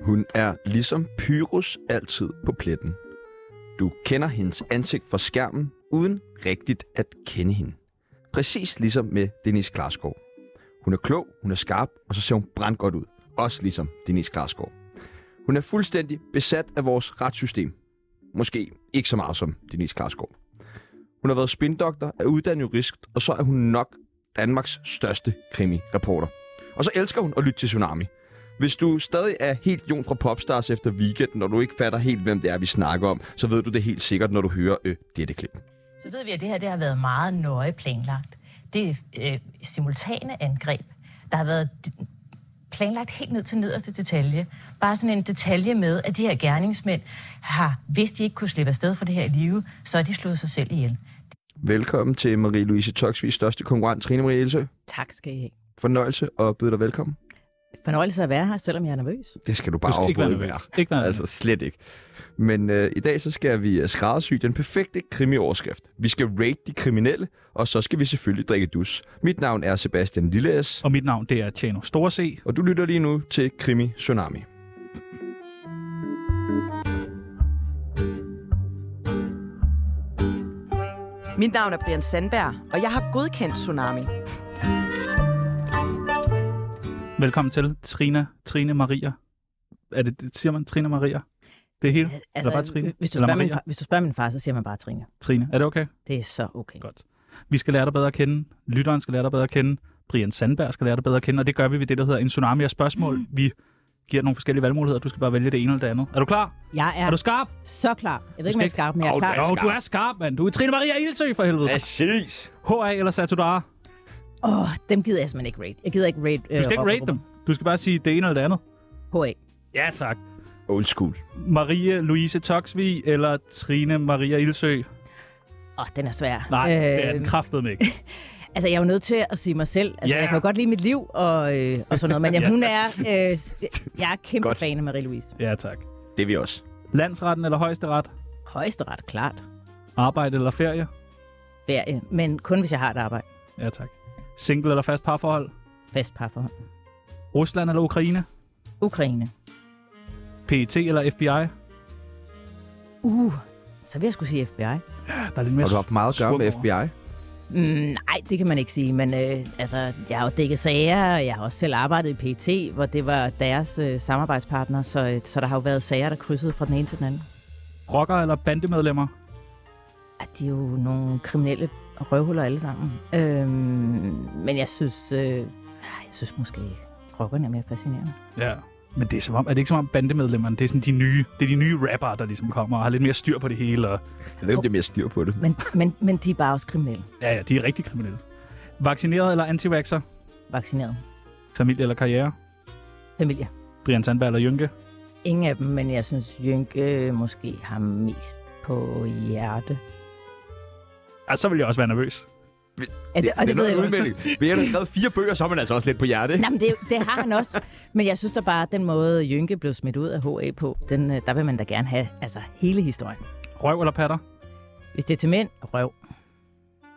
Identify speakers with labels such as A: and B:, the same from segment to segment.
A: Hun er ligesom Pyrus altid på pletten. Du kender hendes ansigt fra skærmen, uden rigtigt at kende hende. Præcis ligesom med Denise Klarskov. Hun er klog, hun er skarp, og så ser hun brandgodt ud. Også ligesom Denise Klarskov. Hun er fuldstændig besat af vores retssystem. Måske ikke så meget som Denise Klarskov. Hun har været spindoktor, er uddannet jurist, og så er hun nok Danmarks største krimi-reporter. Og så elsker hun at lytte til Tsunami. Hvis du stadig er helt jon fra Popstars efter weekenden, og du ikke fatter helt, hvem det er, vi snakker om, så ved du det helt sikkert, når du hører øh, dette klip.
B: så ved vi, at det her det har været meget nøje planlagt. Det er øh, simultane angreb. Der har været d- planlagt helt ned til nederste detalje. Bare sådan en detalje med, at de her gerningsmænd har, hvis de ikke kunne slippe afsted fra det her live, så har de slået sig selv ihjel.
A: Velkommen til Marie-Louise Toksvigs største konkurrent, Trine Marie Elsø.
C: Tak skal I have.
A: Fornøjelse og byde dig velkommen.
C: Fornøjelse at være her, selvom jeg er nervøs.
A: Det skal du
D: Du
A: bare
D: skal ikke være
A: overhovedet ikke være.
D: nervøs. Ikke være nervøs.
A: Altså slet ikke. Men øh, i dag så skal vi øh, skræddersy den perfekte krimioverskrift. Vi skal rate de kriminelle, og så skal vi selvfølgelig drikke dus. Mit navn er Sebastian Lilleas,
D: Og mit navn, det er Tjano Storse.
A: og du lytter lige nu til Krimi Tsunami.
E: Mit navn er Brian Sandberg, og jeg har godkendt Tsunami.
D: Velkommen til Trina, Trine Maria. Er det, det- siger man Trina Maria? Det hele? Altså, Eller bare Trine?
C: hvis, du
D: Eller
C: spørger min
D: Maria?
C: far, hvis du spørger min far, så siger man bare Trine.
D: Trine, er det okay?
C: Det er så okay.
D: Godt. Vi skal lære dig bedre at kende. Lytteren skal lære dig bedre at kende. Brian Sandberg skal lære dig bedre at kende. Og det gør vi ved det, der hedder en tsunami af spørgsmål. Mm. Vi giver nogle forskellige valgmuligheder. Du skal bare vælge det ene eller det andet. Er du klar?
C: Jeg er,
D: Er du skarp?
C: så klar. Jeg ved ikke, om jeg er
D: skal
C: skarp, men jeg er
A: Åh,
C: klar.
A: du
D: Jo, du er skarp, mand. Du er Trine Maria Ildsø for helvede.
A: Præcis!
D: HA eller Satudara?
C: Åh, oh, dem gider jeg simpelthen ikke rate. Jeg gider ikke rate. øh,
D: Du skal ikke rate dem. Du skal bare sige det ene eller det andet.
C: HA.
D: Ja, tak.
A: Old school.
D: Marie Louise Toksvig eller Trine Maria Ildsø?
C: Åh, oh, den er svær.
D: Nej, øh... det er den
C: Øhm,
D: kraftedeme ikke.
C: Altså, jeg er jo nødt til at sige mig selv. Altså,
D: Ja.
C: Jeg kan jo godt lide mit liv og, øh, og sådan noget, men jeg, hun er... Øh, s- jeg er kæmpe
A: Godt.
C: fan af Marie-Louise.
D: Ja, tak.
A: Det er vi også.
D: Landsretten eller højesteret?
C: Højesteret, klart.
D: Arbejde eller ferie?
C: Ferie, men kun hvis jeg har et arbejde.
D: Ja, tak. Single eller fast parforhold?
C: Fast parforhold.
D: Rusland eller Ukraine?
C: Ukraine.
D: PET eller FBI?
C: Uh, så vil jeg skulle sige FBI.
D: Ja, Der er lidt mere
A: Har du haft meget at gøre med
D: swung over.
A: FBI?
C: Mm, nej, det kan man ikke sige, men øh, altså, jeg har jo dækket sager, og jeg har også selv arbejdet i PT, hvor det var deres øh, samarbejdspartner, så, øh, så der har jo været sager, der krydsede fra den ene til den anden.
D: Rocker eller bandemedlemmer?
C: At de er jo nogle kriminelle røvhuller alle sammen. Øhm, men jeg synes, øh, ah, jeg synes måske, rockerne er mere fascinerende.
D: Ja. Men det er, som om, er det ikke som om bandemedlemmerne, det er sådan de nye, det er de nye rapper, der ligesom kommer og har lidt mere styr på det hele. Og,
A: Jeg ved ikke, om det er mere styr på det.
C: Men, men, men de er bare også kriminelle.
D: ja, ja, de er rigtig kriminelle. Vaccineret eller antivaxer?
C: Vaccineret.
D: Familie eller karriere?
C: Familie.
D: Brian Sandberg eller Jynke?
C: Ingen af dem, men jeg synes, Jynke øh, måske har mest på hjerte.
D: Ja, så vil jeg også være nervøs.
C: Er
A: det, det, er noget
C: godt.
A: udmelding. Vi har skrevet fire bøger, så er man altså også lidt på hjertet. ikke?
C: Nej, men det, det har han også. Men jeg synes da bare, at den måde, Jynke blev smidt ud af HA på, den, øh, der vil man da gerne have altså, hele historien.
D: Røv eller patter?
C: Hvis det er til mænd, røv.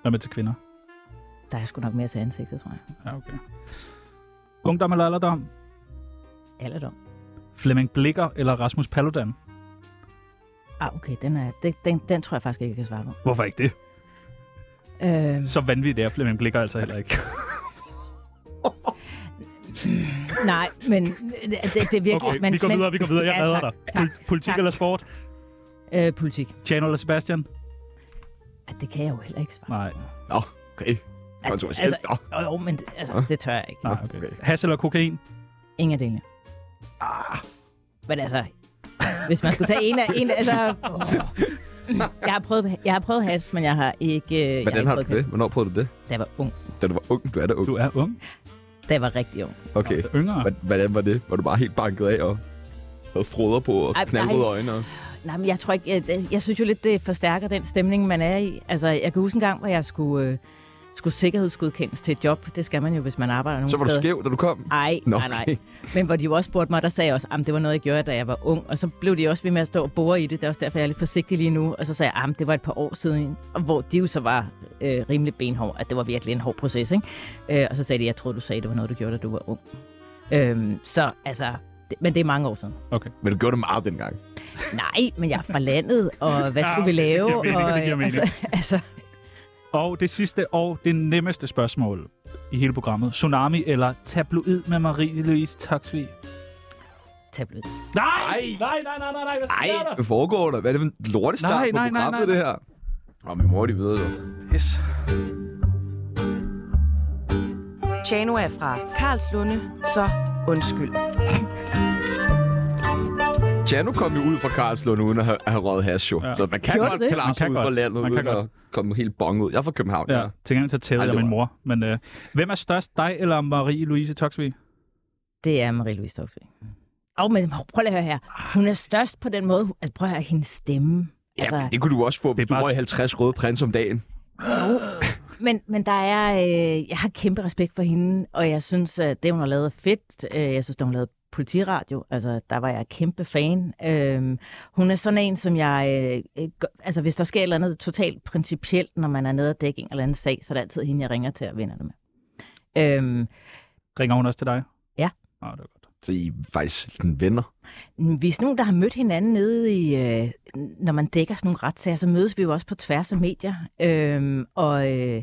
D: Hvad med til kvinder?
C: Der er sgu nok mere til ansigtet, tror jeg.
D: Ja, okay. Ungdom eller alderdom?
C: Alderdom.
D: Flemming Blikker eller Rasmus Paludan?
C: Ah, okay, den, er, den, den, den tror jeg faktisk ikke, jeg kan svare på.
D: Hvorfor ikke det?
C: Øhm,
D: Så vanvittigt er Flemming Blikker altså heller ikke.
C: nej, men øh, det, det er virkelig...
D: Okay,
C: men,
D: vi går
C: men,
D: videre, vi går videre. Jeg
C: Ja,
D: redder
C: tak,
D: dig. Pol- politik
C: tak.
D: eller sport?
C: Øh, politik.
D: Channel eller Sebastian?
C: Ah, det kan jeg jo heller ikke svare
D: Nej.
A: Nå, okay. Kontroversielt. Nå.
C: Altså, jo, jo, men det- altså, det tør jeg ikke.
D: Nej, okay. Hash eller kokain?
C: Ingen af delene. Ah. Men altså, hvis man skulle tage en af... En, af- altså, oh. jeg, har prøvet, jeg har prøvet has, men jeg har ikke... øh, jeg
A: Hvordan
C: ikke
A: har du
C: prøvet
A: det? Hvornår prøvede du det?
C: Da jeg var ung.
A: Da du var ung, du er da ung.
D: Du er ung.
C: Da jeg var rigtig ung.
A: Okay.
D: Yngre.
A: Hvordan- Hvordan var det? Var du bare helt banket af og havde froder på og
C: Ej,
A: knaldrøde
C: nej.
A: øjne? Og...
C: Nej, men jeg tror ikke... Jeg, det- jeg synes jo lidt, det forstærker den stemning, man er i. Altså, jeg kan huske en gang, hvor jeg skulle, øh, skulle sikkerhedsgodkendes til et job. Det skal man jo, hvis man arbejder nogen
A: Så var du
C: steder.
A: skæv, da du kom?
C: Ej,
A: Nå,
C: nej, nej.
A: okay.
C: Men hvor de jo også spurgte mig, der sagde jeg også, at det var noget, jeg gjorde, da jeg var ung. Og så blev de også ved med at stå og bore i det. Det er også derfor, jeg er lidt forsigtig lige nu. Og så sagde jeg, at det var et par år siden, og hvor de jo så var øh, rimelig benhård, at det var virkelig en hård proces. Ikke? Øh, og så sagde de, jeg troede, du sagde, det var noget, du gjorde, da du var ung. Øhm, så altså, Det- Men det er mange år siden.
A: Men du gjorde det meget dengang.
C: Nej, men jeg er fra landet, og hvad skulle vi
D: Ja, okay,
C: lave?
D: det giver mening,
C: og,
D: det giver
C: øh, altså, altså,
D: Og det sidste og det nemmeste spørgsmål i hele programmet. Tsunami eller tabloid med Marie-Louise Toxvi?
C: tablet.
D: Nej! Nej, nej, nej, nej, nej. Hvad sker
A: Ej,
D: der?
A: hvad foregår der? Hvad er det for en lortestart
D: Nej,
A: på
D: nej, nej,
A: programmet,
D: nej,
A: det her? Åh, min mor, de ved det.
D: Pis.
E: Tjano er fra Karlslunde, så undskyld.
A: Tjano kom jo ud fra Karlslund uden at have, have røget hash, jo.
D: Ja.
A: Ja. Så man kan
C: Gjorde
A: godt
C: det?
A: klare
D: Man
A: sig
D: kan
A: ud fra
D: godt.
A: landet,
D: Man kan
A: uden at komme helt bong ud. Jeg er fra København, ja.
D: Ja, til gengæld så tævede
A: Ej, det
D: jeg min
A: var-
D: mor. Men øh, hvem er størst, dig eller Marie-Louise Toxvi?
C: Det er Marie-Louise Toksvig. Og men prøv lige at høre her. Hun er størst på den måde. Altså, prøv at høre hendes stemme. Altså,
A: Ja, men det kunne du også få, hvis
D: er bare-
A: du røg 50 røde prins om dagen.
C: men, men der er... Øh, jeg har kæmpe respekt for hende, og jeg synes, at det, hun har lavet, er fedt. Øh, jeg synes, det, hun lavede politiradio. Altså, der var jeg kæmpe fan. Øhm, hun er sådan en, som jeg... Øh, øh, gør- altså, hvis der sker et eller andet totalt principielt, når man er nede og dække en eller anden sag, så er det altid hende, jeg ringer til og vinder det med. Øhm,
D: Ringer hun også til dig?
C: Ja.
D: Nå, det er godt.
A: Så I er faktisk sådan venner.
C: Mm, Hvis nogen, der har mødt hinanden nede i, øh, når man dækker sådan nogle retssager, så mødes vi jo også på tværs af medier. Øhm, og, øh,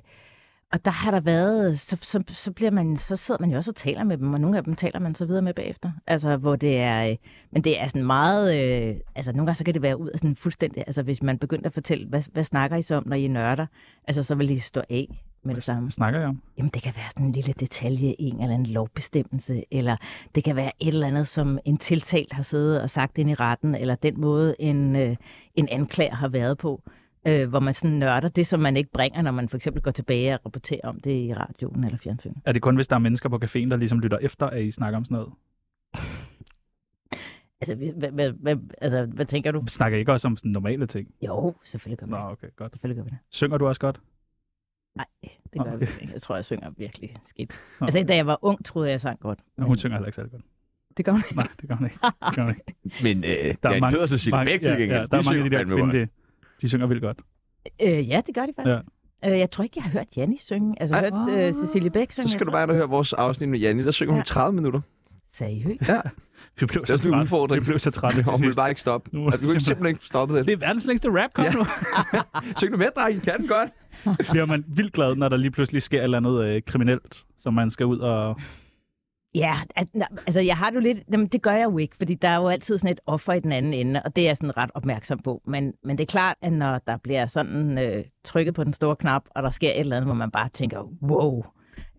C: og der har der været, så, så, så, bliver man, så sidder man jo også og taler med dem, og nogle af dem taler man så videre med bagefter. Altså, hvor det er, øh, men det er sådan meget, øh, altså nogle gange så kan det være ud af sådan fuldstændig, altså hvis man begyndte at fortælle, hvad, hvad snakker I så om, når I nørder, altså så vil I stå af med det samme.
D: Hvad snakker jeg om?
C: Jamen, det kan være sådan en lille detalje i en eller anden lovbestemmelse, eller det kan være et eller andet, som en tiltalt har siddet og sagt ind i retten, eller den måde, en, øh, en anklager har været på, øh, hvor man sådan nørder det, som man ikke bringer, når man for eksempel går tilbage og rapporterer om det i radioen eller fjernsynet.
D: Er det kun, hvis der er mennesker på caféen, der ligesom lytter efter, at I snakker om sådan noget?
C: Altså, hvad, hvad, hvad, altså, hvad tænker du?
D: Snakker I ikke også om sådan normale ting?
C: Jo, selvfølgelig gør vi
D: Nå,
C: det.
D: okay, godt.
C: Selvfølgelig gør vi det.
D: Synger du også godt?
C: Nej, det gør
D: Nå,
C: vi ikke. Jeg tror, jeg synger virkelig skidt.
D: Nå.
C: Altså, da jeg var ung, troede jeg, jeg sang godt.
D: Nå, hun synger heller ikke særlig godt.
C: Det gør man
D: Nej, det gør hun ikke. Det gør hun ikke.
A: Men øh, der er
D: mange-
A: mange, Cecilie
D: Mange-
A: Bæk til gengæld.
D: ja, der er mange af de der kvinde, de, de synger vildt godt.
C: Øh, ja, det gør de faktisk. Ja. Øh, jeg tror ikke, jeg har hørt Janni synge. Altså,
A: Ej.
C: jeg har hørt øh, Cecilie Bæk synge.
A: Så skal
C: jeg
A: du
C: tror.
A: bare ind og høre vores afsnit med Janni. Der synger hun i
C: Ja.
A: 30 minutter.
C: Seriøst?
A: Ja,
D: Vi blev
A: det er
D: så
A: sådan en
D: trætte.
A: udfordring.
D: Vi blev så trætte. til
A: Og hun vil
D: sidst.
A: bare ikke stoppe.
D: Nu er
A: Altså, vi kunne
D: simpelthen-
A: simpelthen ikke stoppe det.
D: Det er verdens længste rap, kom
A: Ja.
D: nu.
A: Syng nu med, dreng. Kan den godt.
D: Bliver man vildt glad, når der lige pludselig sker et eller andet øh, kriminelt, som man skal ud og...
C: Ja, at- nej, altså jeg har det jo lidt, jamen, det gør jeg jo ikke, fordi der er jo altid sådan et offer i den anden ende, og det er jeg sådan ret opmærksom på. Men, men det er klart, at når der bliver sådan øh, trykket på den store knap, og der sker et eller andet, hvor man bare tænker, wow.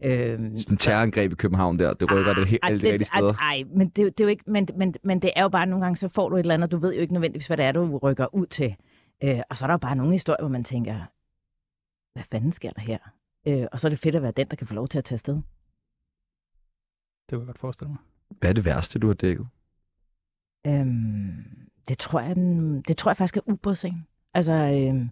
C: Øhm,
A: Sådan en terrorangreb i København der. Det rykker det helt alle de rigtige steder.
C: Nej, men det, det er jo ikke, men, men, men det er jo bare nogle gange, så får du et eller andet, og du ved jo ikke nødvendigvis, hvad det er, du rykker ud til. Øh, og så er der jo bare nogle historier, hvor man tænker, hvad fanden sker der her? Øh, og så er det fedt at være den, der kan få lov til at tage afsted.
D: Det kunne jeg godt forestille mig.
A: Hvad er det værste, du har dækket?
C: Øhm, det, tror jeg, den, det tror jeg faktisk er ubådsingen. Altså, øhm,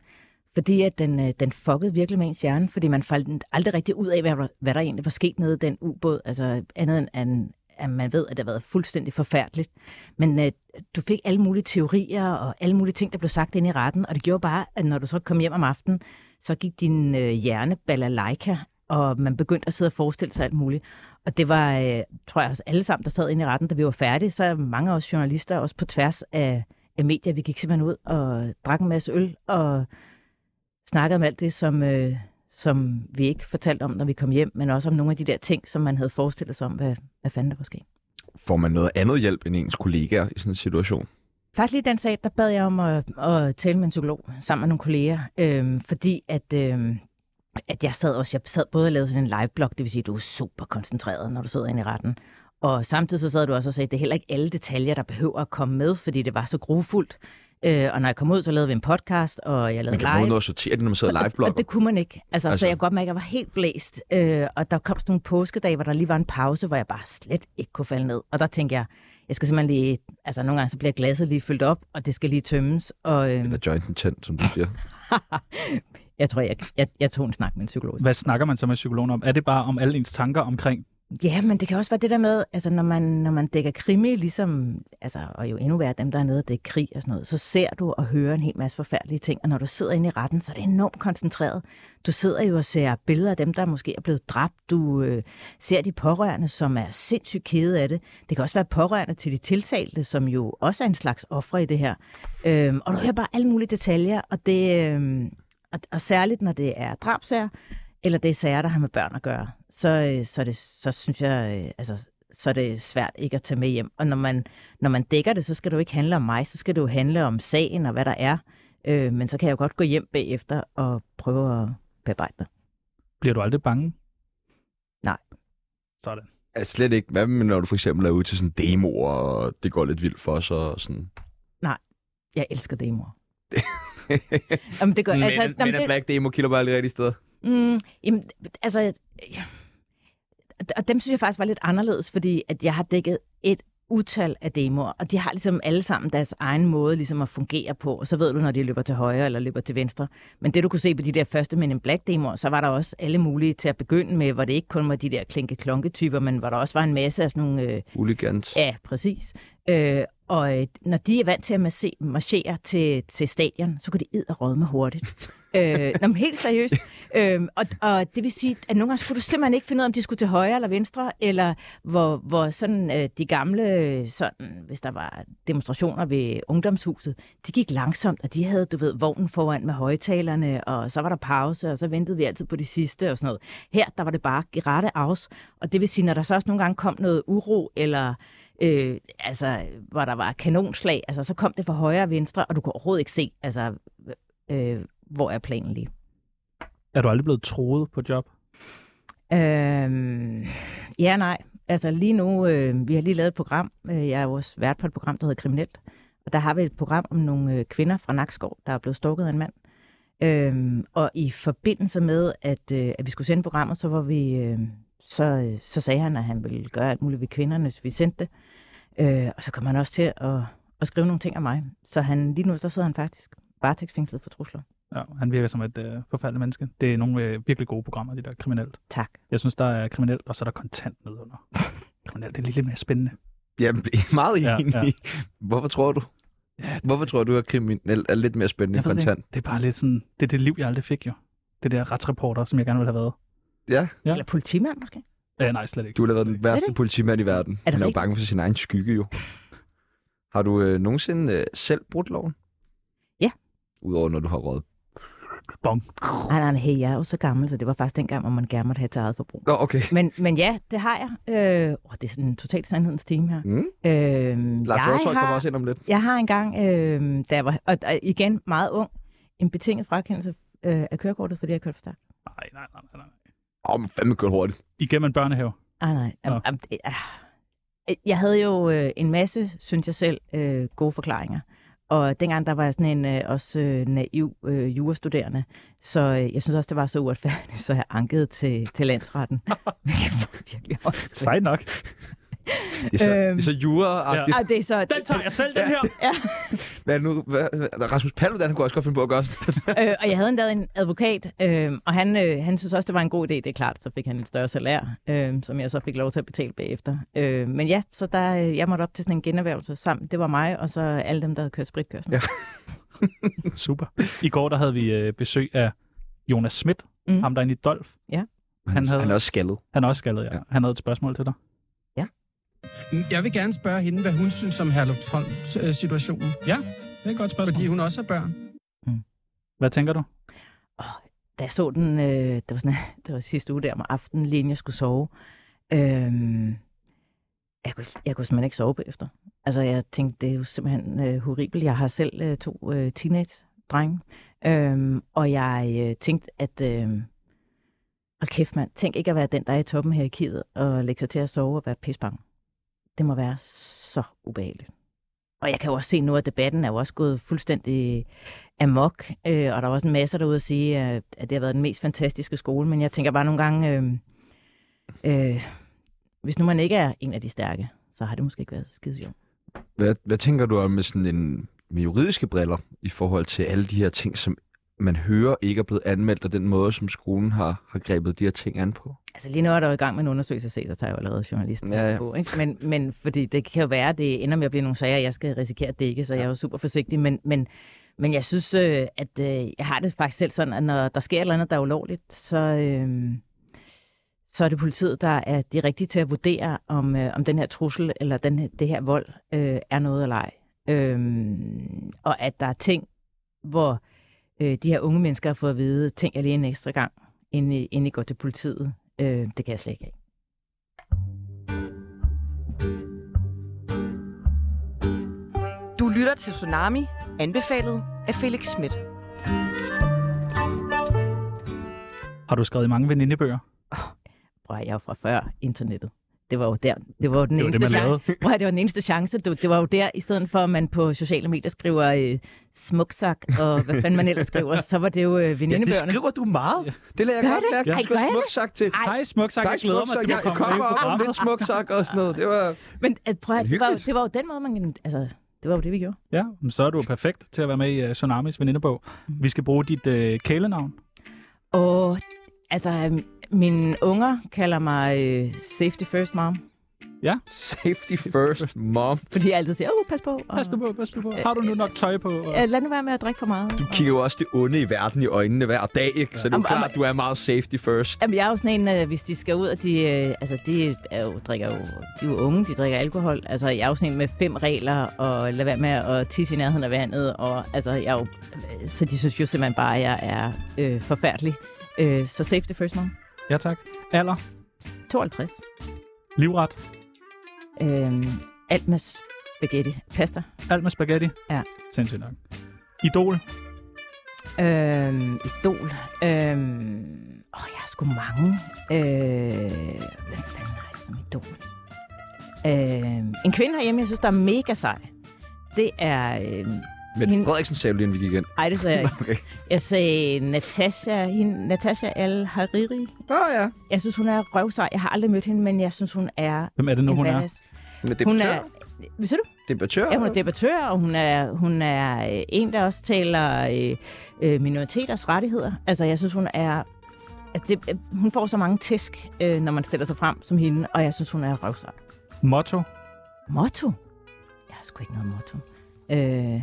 C: fordi at den, øh, den fuckede virkelig med ens hjerne, fordi man faldt aldrig rigtig ud af, hvad, der- hvad der egentlig var sket nede i den ubåd. Altså andet end, end at man ved, at det har været fuldstændig forfærdeligt. Men øh, du fik alle mulige teorier og alle mulige ting, der blev sagt ind i retten, og det gjorde bare, at når du så kom hjem om aftenen, så gik din øh, hjerne balalaika, og man begyndte at sidde og forestille sig alt muligt. Og det var, øh, tror jeg også, alle sammen, der sad inde i retten, da vi var færdige, så er mange af os journalister også på tværs af, af medier. Vi gik simpelthen ud og drak en masse øl og snakkede om alt det, som, øh, som vi ikke fortalte om, når vi kom hjem, men også om nogle af de der ting, som man havde forestillet sig om, hvad, hvad fanden der var sket.
A: Får man noget andet hjælp end ens kollegaer i sådan en situation?
C: Faktisk lige den sag, der bad jeg om at, at tale med en psykolog sammen med nogle kolleger, øhm, fordi at, øhm, at jeg sad også, jeg sad både og lavede sådan en liveblog, det vil sige, at du er super koncentreret, når du sidder inde i retten. Og samtidig så sad du også og sagde, at det er heller ikke alle detaljer, der behøver at komme med, fordi det var så grufuldt. Øh, og når jeg kom ud, så lavede vi en podcast, og jeg
A: Man
C: lavede
A: kan på
C: live.
A: måde at sortere det, når man sidder
C: Og-
A: liveblogger.
C: Og det kunne man ikke. Altså, altså.
A: Altså.
C: Så jeg kunne godt mærke, at jeg var helt blæst. Øh, og der kom sådan nogle påskedage, hvor der lige var en pause, hvor jeg bare slet ikke kunne falde ned. Og der tænkte jeg, jeg skal simpelthen lige... Altså, nogle gange så bliver glasset lige fyldt op, og det skal lige tømmes. Og øh,
A: Eller jointen tændt, som du siger.
C: jeg tror, jeg, jeg, jeg tog en snak med en psykolog.
D: Hvad snakker man så med psykologen om? Er det bare om alle ens tanker omkring
F: Ja, men det kan også være det der med, altså når man, når man dækker krimi, ligesom, altså, og jo endnu værre dem, der er nede og dækker krig og sådan noget, så ser du og hører en hel masse forfærdelige ting, og når du sidder inde i retten, så er det enormt koncentreret. Du sidder jo og ser billeder af dem, der måske er blevet dræbt. Du øh, ser de pårørende, som er sindssygt kede af det. Det kan også være pårørende til de tiltalte, som jo også er en slags ofre i det her. Øhm, og du hører bare alle mulige detaljer, og det, øhm, og, og særligt når det er drabsager, eller det er sager, der har med børn at gøre, så, øh, så, er det, så synes jeg, øh, altså, så er det svært ikke at tage med hjem. Og når man, når man dækker det, så skal det jo ikke handle om mig, så skal det jo handle om sagen og hvad der er. Øh, men så kan jeg jo godt gå hjem bagefter og prøve at bearbejde det.
D: Bliver du aldrig bange?
F: Nej.
D: Sådan.
A: Altså slet ikke. Hvad med, når du for eksempel er ude til sådan demoer, og det går lidt vildt for os, og sådan...
F: Jeg elsker demoer. Jamen, det går, altså,
A: men, men
F: jamen,
A: det...
F: det,
A: Black demo kilder bare alle de rigtige steder.
F: Mm, jamen, altså, ja. og dem synes jeg faktisk var lidt anderledes, fordi at jeg har dækket et utal af demoer, og de har ligesom alle sammen deres egen måde ligesom at fungere på, og så ved du, når de løber til højre eller løber til venstre. Men det du kunne se på de der første Men in Black demoer, så var der også alle mulige til at begynde med, hvor det ikke kun var de der klinke typer men hvor der også var en masse af sådan nogle øh,
A: Hooligans.
F: Ja, præcis. Øh, og øh, når de er vant til at marche- marchere til, til stadion, så kan de edderråd med hurtigt. øh, nå, men helt seriøst. Øh, og, og det vil sige, at nogle gange skulle du simpelthen ikke finde ud af, om de skulle til højre eller venstre, eller hvor, hvor sådan øh, de gamle, øh, sådan, hvis der var demonstrationer ved ungdomshuset, de gik langsomt, og de havde, du ved, vognen foran med højtalerne, og så var der pause, og så ventede vi altid på de sidste og sådan noget. Her, der var det bare rette afs, og det vil sige, når der så også nogle gange kom noget uro, eller øh, altså, hvor der var kanonslag, altså, så kom det fra højre og venstre, og du kunne overhovedet ikke se, altså, øh, hvor er planen lige.
D: Er du aldrig blevet troet på et job?
F: Øhm, ja, nej. Altså lige nu, øh, vi har lige lavet et program. Øh, Jeg er jo også vært på et program, der hedder Kriminelt. Og der har vi et program om nogle øh, kvinder fra Nakskov, der er blevet stalket af en mand. Øhm, og i forbindelse med, at, øh, at vi skulle sende programmet, så var vi... Øh, så, øh, så sagde han, at han ville gøre alt muligt ved kvinderne, så vi sendte det. Øh, og så kom han også til at, at skrive nogle ting om mig. Så han, lige nu, der sidder han faktisk varetægtsfængslet for trusler.
D: Ja, han virker som et øh, forfærdeligt menneske. Det er nogle øh, virkelig gode programmer, det der kriminelt.
F: Tak.
D: Jeg synes, der er kriminelt, og så er der kontant nedenunder. kriminelt, det er lige lidt mere spændende.
A: Jamen, det er meget
D: Ja,
A: enig. Ja, ja. Hvorfor tror du?
D: Ja,
A: Hvorfor tror du, at kriminel er lidt mere spændende
D: Jeg
A: end
D: ved det ikke.
A: kontant?
D: Det er bare lidt sådan, det er det liv, jeg aldrig fik jo. Det der retsreporter, som jeg gerne ville have været.
A: Ja,
D: Ja.
F: Eller politimand måske?
D: Øh, nej, slet ikke.
A: du har været den værste
F: ikke?
A: politimand i verden.
F: Er det
A: Han er jo
F: rigtigt?
A: bange for sin egen skygge, jo. Har du øh, nogensinde øh, selv brudt loven?
F: Ja.
A: Udover når du har råd.
D: Bong.
F: Nej, nej, nej, hey, jeg er jo så gammel, så det var faktisk dengang, hvor man gerne måtte have til eget forbrug.
A: Nå, okay.
F: Men, men ja, det har jeg. Øh, åh, det er sådan en totalt sandhedens time her.
A: Mm.
F: Øh,
A: Lars Rorshøj kommer
F: har,
A: også ind om lidt.
F: jeg har engang, øh, da jeg var, og, og igen meget ung, en betinget frakendelse øh, af kørekortet, fordi jeg kørte for stærkt.
D: Nej, nej, nej, nej, nej.
A: Åh, oh, men fandme kørt hurtigt.
D: Igennem en børnehave.
F: Ah, nej.
D: Nå.
F: Am, am, det, ah. Jeg havde jo øh, en masse, synes jeg selv, øh, gode forklaringer. Og dengang der var jeg sådan en øh, også øh, naiv øh, jurastuderende, så øh, jeg synes også, det var så uretfærdigt, så jeg ankede til, til landsretten. Virkelig hårdt.
D: Sejt nok.
A: Det er så,
F: Øhm.
A: øhm. det er så jura-agtigt.
F: Ah, det er så,
D: Den tager jeg selv, den her.
A: Hvad nu? Hvad? hvad- Rasmus Paludan kunne også godt finde på at gøre sådan.
F: øh, og jeg havde endda en advokat, øh, og han, øh, han synes også, det var en god idé. Det er klart, så fik han et større salær, øh, som jeg så fik lov til at betale bagefter. Øh, men ja, så der, øh, jeg måtte op til sådan en generhvervelse sammen. Det var mig, og så alle dem, der havde kørt spritkørsel.
A: Ja.
D: Super. I går, der havde vi øh, besøg af Jonas Schmidt,
F: Mhm.
D: mm. ham der er inde i Dolf.
F: Ja.
D: Han, havde,
A: Han er også skaldet.
D: han er også skaldet, ja.
A: Ja.
D: Han havde et spørgsmål til dig.
G: Jeg vil gerne spørge hende, hvad hun synes om Herlufsholm-situationen. Ja, det er et godt spørgsmål. Fordi hun også har børn.
D: Hvad tænker du?
F: da jeg så den, øh, det, var sådan, det var sidste uge der om aftenen, lige inden jeg skulle sove, øh, jeg, kunne, jeg kunne simpelthen ikke sove bagefter. Altså, jeg tænkte, det er jo simpelthen øh, horribelt. Jeg har selv øh, to øh, teenage-drenge, øh, og jeg øh, tænkte, at... Øh, og kæft mand, tænk ikke at være den, der er i toppen her i kidet, og lægge sig til at sove og være pisbange. Det må være så ubehageligt. Og jeg kan jo også se nu, at debatten er jo også gået fuldstændig amok, øh, og der er også en masse derude at sige, at, at det har været den mest fantastiske skole, men jeg tænker bare nogle gange, øh, øh, hvis nu man ikke er en af de stærke, så har det måske ikke været skide sjovt.
A: Hvad, hvad tænker du om med sådan en med juridiske briller i forhold til alle de her ting, som man hører ikke er blevet anmeldt, og den måde, som skolen har, har grebet de her ting an på.
F: Altså lige nu er der jo i gang med en undersøgelse af se, der tager jo allerede journalisten
A: Ja, ja.
F: på, ikke? Men, men fordi det kan jo være, at det ender med at blive nogle sager, jeg skal risikere at dække, så jeg er jo super forsigtig, men, men, men jeg synes, øh, at øh, jeg har det faktisk selv sådan, at når der sker et eller andet, der er ulovligt, så, øh, så er det politiet, der er de rigtige til at vurdere, om, øh, om den her trussel eller den, her- det her vold øh, er noget eller ej. Øh, og at der er ting, hvor øh, de her unge mennesker har fået at vide, tænk jeg lige en ekstra gang, inden I, inden I går til politiet. Øh, det kan jeg slet ikke af.
E: Du lytter til Tsunami, anbefalet af Felix Schmidt.
D: Har du skrevet i mange venindebøger?
F: Prøv at, jeg er jo fra før internettet. Det var jo der. Det var jo den,
D: Det var
F: eneste,
D: det, man
F: chance.
D: lavede.
F: Prøv at, det var den eneste chance. Det, det var jo der, i stedet for at man på sociale medier skriver øh, smuksak og hvad fanden man ellers skriver, så var det jo øh,
A: Ja, det
F: venindebørerne.
A: skriver du meget. Det lader jeg
F: Gør
A: godt
F: det?
A: mærke.
F: Ej,
A: Du skal
F: gør jeg
A: smukt sagt til.
D: Hej, smuk sagt.
A: Tak,
D: Jeg glæder mig
A: smuk
D: til, at
A: sagt.
D: du
A: Jeg
D: kommer
A: kommer
D: med i
A: op om lidt smuk
D: programmet.
A: sagt og sådan noget. Det var...
F: Men at, prøv at,
A: Men
F: det, var, jo-
A: hyggeligt.
F: det var jo den måde, man... Altså, det var jo det, vi gjorde.
D: Ja, men så er du perfekt til at være med i uh, Tsunamis venindebog. Vi skal bruge dit uh, kælenavn.
F: Og altså, øh, mine unger kalder mig øh, safety first mom,
A: Safety first, mom.
F: fordi jeg altid siger, åh, pas på. Og,
D: Pas nu på, pas nu på. Har du nu nok tøj på? Og...
F: Ja, lad nu være med at drikke for meget.
A: Du kigger jo også det onde i verden i øjnene hver dag, ikke? Så det er jo
F: Am- am-
A: klart, du er meget safety first.
F: Jamen, jeg er jo sådan en, øh, hvis de skal ud, og de, øh, altså, de er jo, drikker jo, de er jo unge, de drikker alkohol. Altså, jeg er jo sådan en med fem regler, og lad være med at tisse i nærheden af vandet, og altså, jeg er jo, øh, så de synes jo simpelthen bare, at jeg er øh, forfærdelig. Øh, så safety first mom.
D: Ja, tak. Alder?
F: 52.
D: Livret?
F: Øh, alt med spaghetti. Pasta.
D: Alt med spaghetti?
F: Ja.
D: Sindssygt nok. Idol?
F: Øhm, idol. Øhm, åh, jeg har sgu mange. Øh, hvad fanden har jeg som idol? Øhm, en kvinde herhjemme, jeg synes, der er mega sej. Det er... Øhm,
A: Men
F: Hende-
A: Frederiksen sagde du lige, inden vi gik ind.
F: ej, det sagde jeg ikke.
A: Okay.
F: Jeg sagde Natasha, hende, Natasha Al-Hariri.
A: Ah, ja.
F: Jeg synes, hun er røvsej. Jeg har aldrig mødt hende, men jeg synes, hun er...
D: Hvem er det nu,
F: en
D: hun er?
F: badass.
A: Men debattør.
F: Hun er... Hvad siger du?
A: Debattør.
F: Ja, hun er debattør, og hun er, hun er øh, en, der også taler øh, øh, minoriteters rettigheder. Altså, jeg synes, hun er... Altså, det, øh, hun får så mange tæsk, øh, når man stiller sig frem som hende, og jeg synes, hun er røvsej.
D: Motto?
F: Motto? Jeg har sgu ikke noget motto. Øh,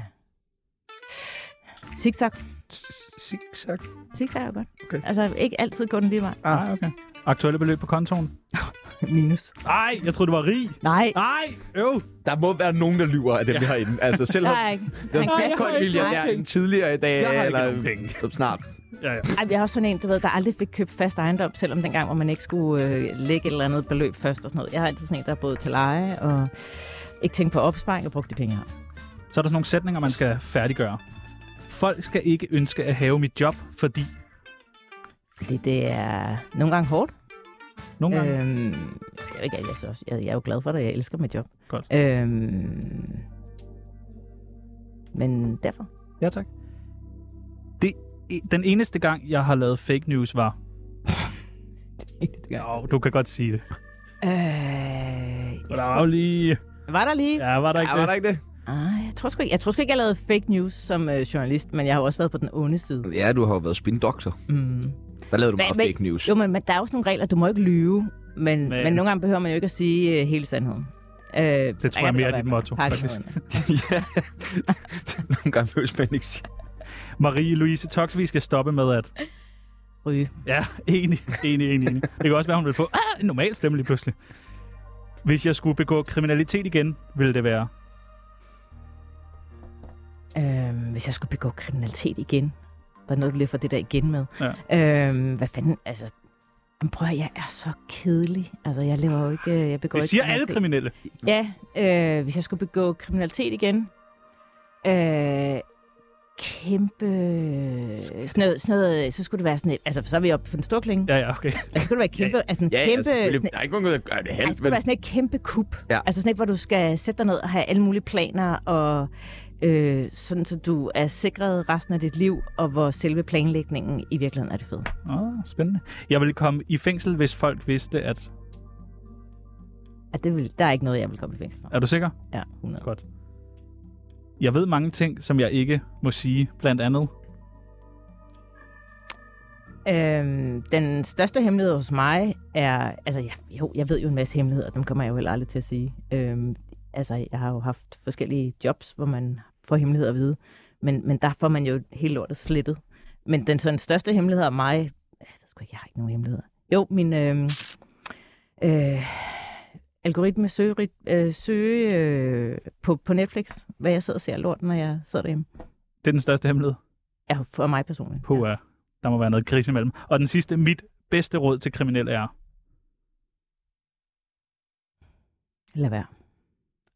F: zigzag.
A: Zigzag.
F: Zigzag er jo godt.
A: Okay.
F: Altså, ikke altid gå den lige vej.
D: Nej, okay. Aktuelle beløb på kontoen?
F: Minus.
D: Nej, jeg troede, du var rig.
F: Nej,
D: Nej, øv.
A: Der må være nogen, der lyver af dem ja. herinde. Altså selv
F: der
A: om
F: er ikke.
A: den
F: Han
D: Nej, jeg har
A: kold
D: ikke
A: milliardær
D: nogen penge.
A: end tidligere i dag,
D: Jeg har ikke
A: eller
D: nogen penge.
A: som snart.
D: Ja, ja.
F: Ej, jeg er også sådan en, du ved, der aldrig fik købt fast ejendom, selvom dengang, hvor man ikke skulle øh, lægge et eller andet beløb først og sådan noget. Jeg er altid sådan en, der er både til leje og ikke tænkt på opsparing og brugt de penge her.
D: Så er der sådan nogle sætninger, man skal færdiggøre. Folk skal ikke ønske at have mit job, fordi...
F: Fordi det er nogle gange hårdt.
D: Nogle gange...
F: Øhm, jeg, ikke, jeg, jeg, jeg, jeg er jo glad for det, jeg elsker mit job.
D: Godt.
F: Øhm, men derfor.
D: Ja, tak. Det, e, den eneste gang, jeg har lavet fake news, var... Ja, du kan godt sige det.
F: Øh,
D: Og der var jo lige...
F: var der lige?
D: Ja, var der ikke
A: Ja, var der ikke det?
F: Ej, jeg tror sgu ikke, jeg, tror sgu ikke, jeg lavede fake news som øh, journalist, men jeg har jo også været på den onde side.
A: Ja, du har jo været spindoktor.
F: Mm.
A: Der lavede du
F: Hvad-
A: meget
F: hvad-
A: fake news.
F: Jo, men men der er jo sådan nogle regler, du må ikke lyve, men, men,
D: Men-
F: men nogle gange behøver man jo ikke at sige øh, hele sandheden. Øh, det
D: tror jeg mere er dit motto, faktisk.
A: ja. Nogle gange behøves man ikke sige.
D: det? Marie-Louise Toxvi skal stoppe med at...
F: Ryge.
D: Ja, enig, enig, enig, enig. Det kan også være, hun vil få ah, en normal stemme lige pludselig. Hvis jeg skulle begå kriminalitet igen, ville det være...
F: Øh, hvis jeg skulle begå kriminalitet igen, der er noget, du lige får det der igen med.
D: Ja.
F: Øh, hvad fanden, altså... Jamen, prøv at, høre, jeg er så kedelig. Altså, jeg lever jo ikke... øh, Jeg begår
D: Det
F: ikke
D: siger alle
F: kriminalitet.
D: kriminelle.
F: Ja, øh, hvis jeg skulle begå kriminalitet igen... Øh, kæmpe... Sådan noget, sådan noget, så skulle det være sådan et... Altså, så er vi oppe på den store klinge.
D: Ja, ja, okay.
F: Altså, så skulle det være kæmpe... Altså, en
A: Ja,
F: kæmpe...
A: ja,
F: sådan-
A: selvfølgelig. Der er ikke nogen, der gør det
F: Ej, det
A: helt,
F: skulle være sådan et kæmpe kup.
A: Ja.
F: Ja. Altså sådan et, hvor du skal sætte dig ned og have alle mulige planer, og øh, sådan, så du er sikret resten af dit liv, og hvor selve planlægningen i virkeligheden er det fede.
D: Ah, spændende. Jeg ville komme i fængsel, hvis folk vidste, at...
F: At det vil, der er ikke noget, jeg vil komme i fængsel for.
D: Er du sikker?
F: Ja, 100.
D: Godt. Jeg ved mange ting, som jeg ikke må sige, blandt andet.
F: Øhm, den største hemmelighed hos mig er... Altså, jeg, jo, jeg ved jo en masse hemmeligheder, dem kommer jeg jo heller aldrig til at sige. Øhm, altså, jeg har jo haft forskellige jobs, hvor man får hemmeligheder at vide. Men, men der får man jo hele lortet slettet. Men den sådan største hemmelighed af mig... Jeg ved sgu ikke, jeg har ikke nogen hemmeligheder. Jo, min... Øhm, øh, algoritme søge, øh, søge øh, på, på Netflix, hvad jeg sidder og ser lort, når jeg sidder derhjemme.
D: Det er den største hemmelighed.
F: Ja, for mig personligt.
D: Puh, ja. der må være noget krise imellem. Og den sidste, mit bedste råd til kriminelle er,
F: Lad være.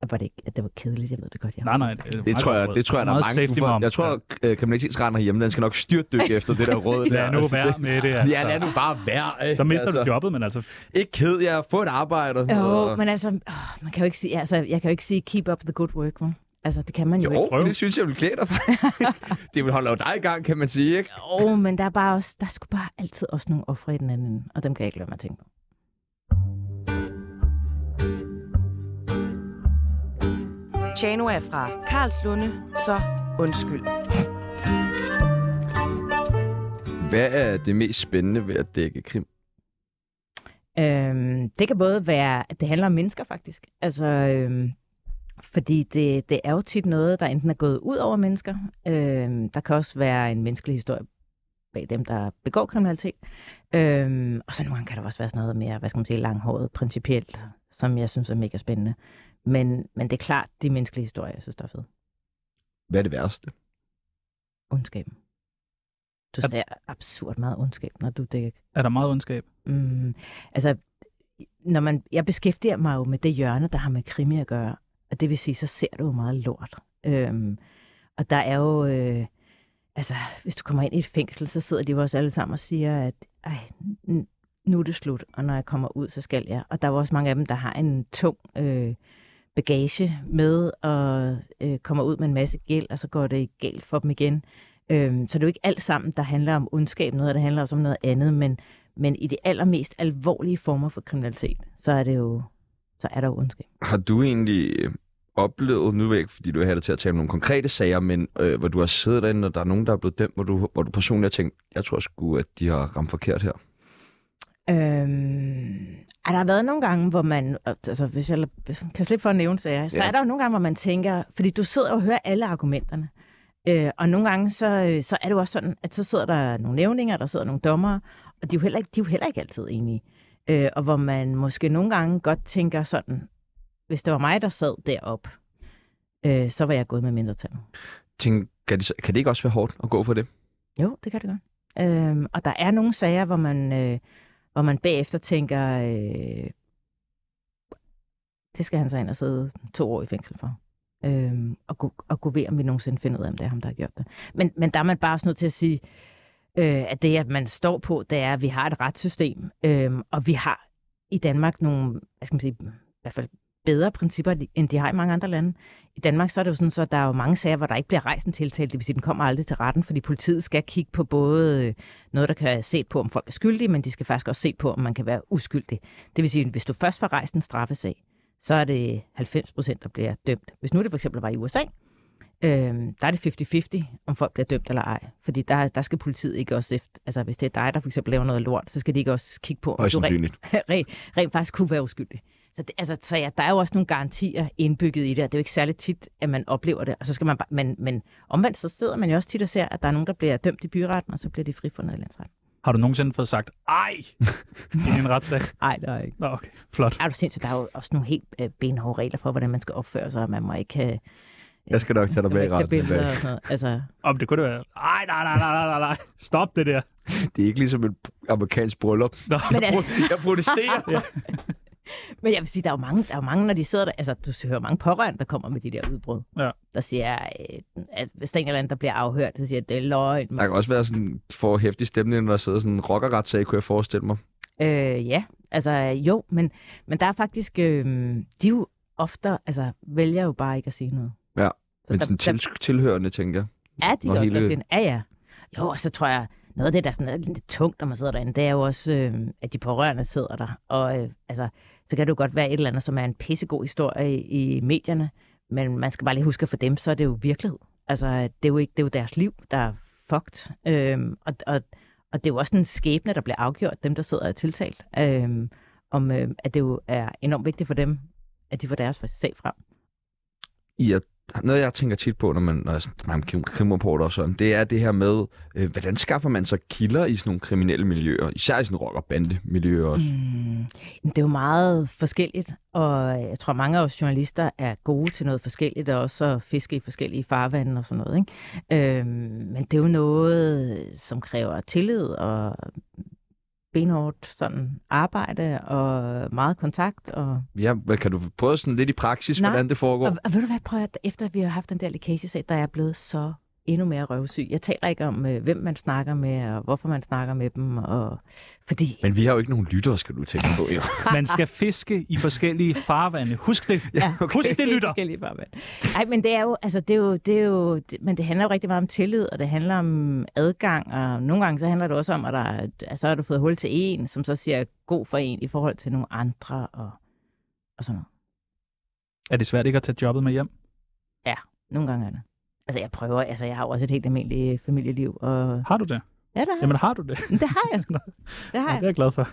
F: Og var det ikke, at det var kedeligt, jeg ved det godt. Jeg
D: nej, nej, det, er
A: Det
D: meget
A: tror
D: godt
A: jeg,
D: råd.
A: det tror jeg, der er
D: Meget
A: mange.
D: safety
A: du får-
D: mom.
A: Jeg tror, at øh, kriminalitetsretten herhjemme, den skal nok styrtdykke efter det der råd.
D: Lad
A: der.
D: nu
A: Altså,
D: være
A: det-
D: med det.
A: Ja, lad nu bare være. ikke?
D: Så mister
A: altså,
D: du jobbet, men altså,
A: Ikke ked jer, få et arbejde og sådan
F: Jo,
A: noget.
F: men altså, åh, man kan jo ikke sige, altså, jeg kan jo ikke sige, keep up the good work, vel? Altså, det kan man jo, ikke.
A: Jo, det synes jeg vil klæde dig faktisk. det vil holde dig i gang, kan man sige, ikke?
F: Jo, men der er bare også, der skulle bare altid også nogle ofre i den anden ende, og dem kan jeg ikke lade mig at tænke på.
E: Chano er fra Karlslunde, så undskyld.
A: Hvad er det mest spændende ved at dække krim?
F: Øhm, det kan både være, at det handler om mennesker faktisk. Altså, øhm, fordi det, det er jo tit noget, der enten er gået ud over mennesker. Øhm, der kan også være en menneskelig historie bag dem, der begår kriminalitet. Øhm, og så nogle gange kan der også være sådan noget mere, hvad skal man sige, langhåret principielt, som jeg synes er mega spændende. Men, men det er klart, de menneskelige historier, jeg synes, der er fede.
A: Hvad er det værste?
F: Ondskaben. Du ser absurd meget ondskab, når du dækker
D: er der meget ondskab.
F: Mm, altså, når man, jeg beskæftiger mig jo med det hjørne, der har med krimi at gøre, og det vil sige, så ser du jo meget lort. Øhm, og der er jo, øh, altså, hvis du kommer ind i et fængsel, så sidder de jo også alle sammen og siger, at ej, n- nu er det slut, og når jeg kommer ud, så skal jeg. Og der er jo også mange af dem, der har en tung øh, bagage med, og øh, kommer ud med en masse gæld, og så går det galt for dem igen. Øhm, så det er jo ikke alt sammen, der handler om ondskab, noget af det handler også om noget andet, men men i de allermest alvorlige former for kriminalitet, så er det jo så er der jo ondskab.
A: Har du egentlig øh, oplevet, nu ved jeg ikke, fordi du er her til at tale om nogle konkrete sager, men øh, hvor du har siddet derinde, og der er nogen, der er blevet dømt, hvor du, hvor du personligt har tænkt, jeg tror sgu, at de har ramt forkert her.
F: Øhm, er der har været nogle gange, hvor man, altså hvis jeg kan slippe for at nævne sager, så
A: Ja.
F: er der jo nogle gange, hvor man tænker, fordi du sidder og hører alle argumenterne, øh, og nogle gange, så, øh, så er det jo også sådan, at så sidder der nogle nævninger, der sidder nogle dommere, og de er jo heller ikke, de er jo heller ikke altid enige. Øh, og hvor man måske nogle gange godt tænker sådan, hvis det var mig, der sad deroppe, øh, så var jeg gået med mindretal.
A: Tænk, kan det, så- kan det ikke også være hårdt at gå for det?
F: Jo, det kan det godt. Øhm, og der er nogle sager, hvor man, øh, hvor man bagefter tænker, øh, det skal han så ind og sidde to år i fængsel for. Øhm, og, gå, og gå ved, om vi nogensinde finder ud af, om det er ham, der har gjort det. Men, men der er man bare også nødt til at sige, øh, at det, at man står på, det er, at vi har et retssystem, øh, og vi har i Danmark nogle, hvad skal man sige, i hvert fald bedre principper, end de har i mange andre lande. I Danmark så er det jo sådan, så der er jo mange sager, hvor der ikke bliver rejst en tiltale. Det vil sige, den kommer aldrig til retten, fordi politiet skal kigge på både øh, noget, der kan se på, om folk er skyldige, men de skal faktisk også se på, om man kan være uskyldig. Det vil sige, hvis du først får rejst en straffesag, så er det 90 procent, der bliver dømt. Hvis nu det for eksempel var i USA, øh, der er det 50-50, om folk bliver dømt eller ej. Fordi der, der skal politiet ikke også efter, altså hvis det er dig, der for eksempel laver noget lort, så skal de ikke også kigge på, om
A: Højst
F: du rent
A: sandsynligt.
F: rent, rent faktisk kunne være uskyldig. Så, det, altså, så ja, der er jo også nogle garantier indbygget i det, og det er jo ikke særlig tit, at man oplever det. Og så skal man bare, men, men omvendt så sidder man jo også tit og ser, at der er nogen, der bliver dømt i byretten, og så bliver de frifundet i landsretten.
D: Har du nogensinde fået sagt, ej, i en retssag?
F: Nej, det er ikke.
D: Nå, okay, flot.
F: Er du sindssygt, der er jo også nogle helt øh, benhårde regler for, hvordan man skal opføre sig, og man må ikke have,
A: Jeg skal nok tage dig
F: man må
A: med i
F: ikke have
A: retten. en
F: billeder
A: dag.
F: og sådan noget. Altså,
D: Om det kunne det være, ej, nej, nej, nej, nej, nej, stop det der.
A: Det er ikke ligesom et amerikansk bryllup.
D: Nå,
F: men, altså,
A: Jeg protesterer.
F: Men jeg vil sige, der er jo mange, der er jo mange når de sidder der, altså du hører mange pårørende, der kommer med de der udbrud,
D: Ja.
F: der siger, øh, at hvis der er en eller anden, der bliver afhørt, så siger, at det er løgn.
A: Der kan også være sådan for hæftig stemning, når der sidder sådan en rockerretssag, kunne jeg forestille mig.
F: Øh, ja, altså jo, men, men der er faktisk, øh, de jo ofte, altså vælger jo bare ikke at sige noget.
A: Ja,
F: så
A: Men
F: der,
A: sådan
F: der,
A: til, tilhørende, tænker jeg.
F: er de
A: når
F: også
A: hele-
F: hele... sige, ja ja. Jo, og så tror jeg, noget af det, der er sådan er lidt tungt, når man sidder derinde, det er jo også, øh, at de pårørende sidder der. Og øh, altså, så kan det jo godt være et eller andet, som er en pissegod historie i, i medierne, men man skal bare lige huske, at for dem, så er det jo virkelighed. Altså, det er jo, ikke, det er jo deres liv, der er fucked. Øhm, og, og, Og det er jo også en skæbne, der bliver afgjort, dem der sidder og er tiltalt, øhm, om øhm, at det jo er enormt vigtigt for dem, at de får deres sag frem.
A: I at, noget, jeg tænker tit på, når, man, når jeg snakker om krim- krimrapporter og sådan, det er det her med, øh, hvordan skaffer man sig kilder i sådan nogle kriminelle miljøer, især i sådan rock- og bandemiljøer også. Mm.
F: Mm, jamen, det er jo meget forskelligt, og jeg tror, mange af os journalister er gode til noget forskelligt, og også at fiske i forskellige farvande og sådan noget. Ikke? Øhm, men det er jo noget, som kræver tillid og benhårdt sådan arbejde og meget kontakt. Og,
A: Ja, hvad kan du prøve sådan lidt i praksis,
F: Nej.
A: hvordan det foregår?
F: og, og ved du hvad, prøv at efter vi har haft den der lækagesag, der er jeg blevet så endnu mere røvsyg. Jeg taler ikke om, øh, hvem man snakker med, og hvorfor man snakker med dem, og fordi...
A: Men vi har jo ikke nogen lyttere, skal du tænke på. Jo.
D: Man skal fiske i forskellige farvande. Husk det.
A: Ja,
D: okay. Husk det, lytter.
F: forskellige farvand. Nej, men det er jo, altså det er jo, det er jo, det, men det handler jo rigtig meget om tillid, og det handler om adgang, og nogle gange så handler det også om, at der, er- at så har du fået hul til en, som så siger god for en i forhold til nogle andre, og, og sådan noget.
D: Er det svært ikke at tage jobbet med hjem?
F: Nogle gange er det. Altså jeg prøver, altså jeg har jo også et helt almindeligt familieliv, og
D: Har du det?
F: ja, det har, jeg.
D: Jamen har du det?
F: Men det har jeg sgu. Det
D: Ja,
F: har
D: det
F: jeg.
D: er jeg glad for.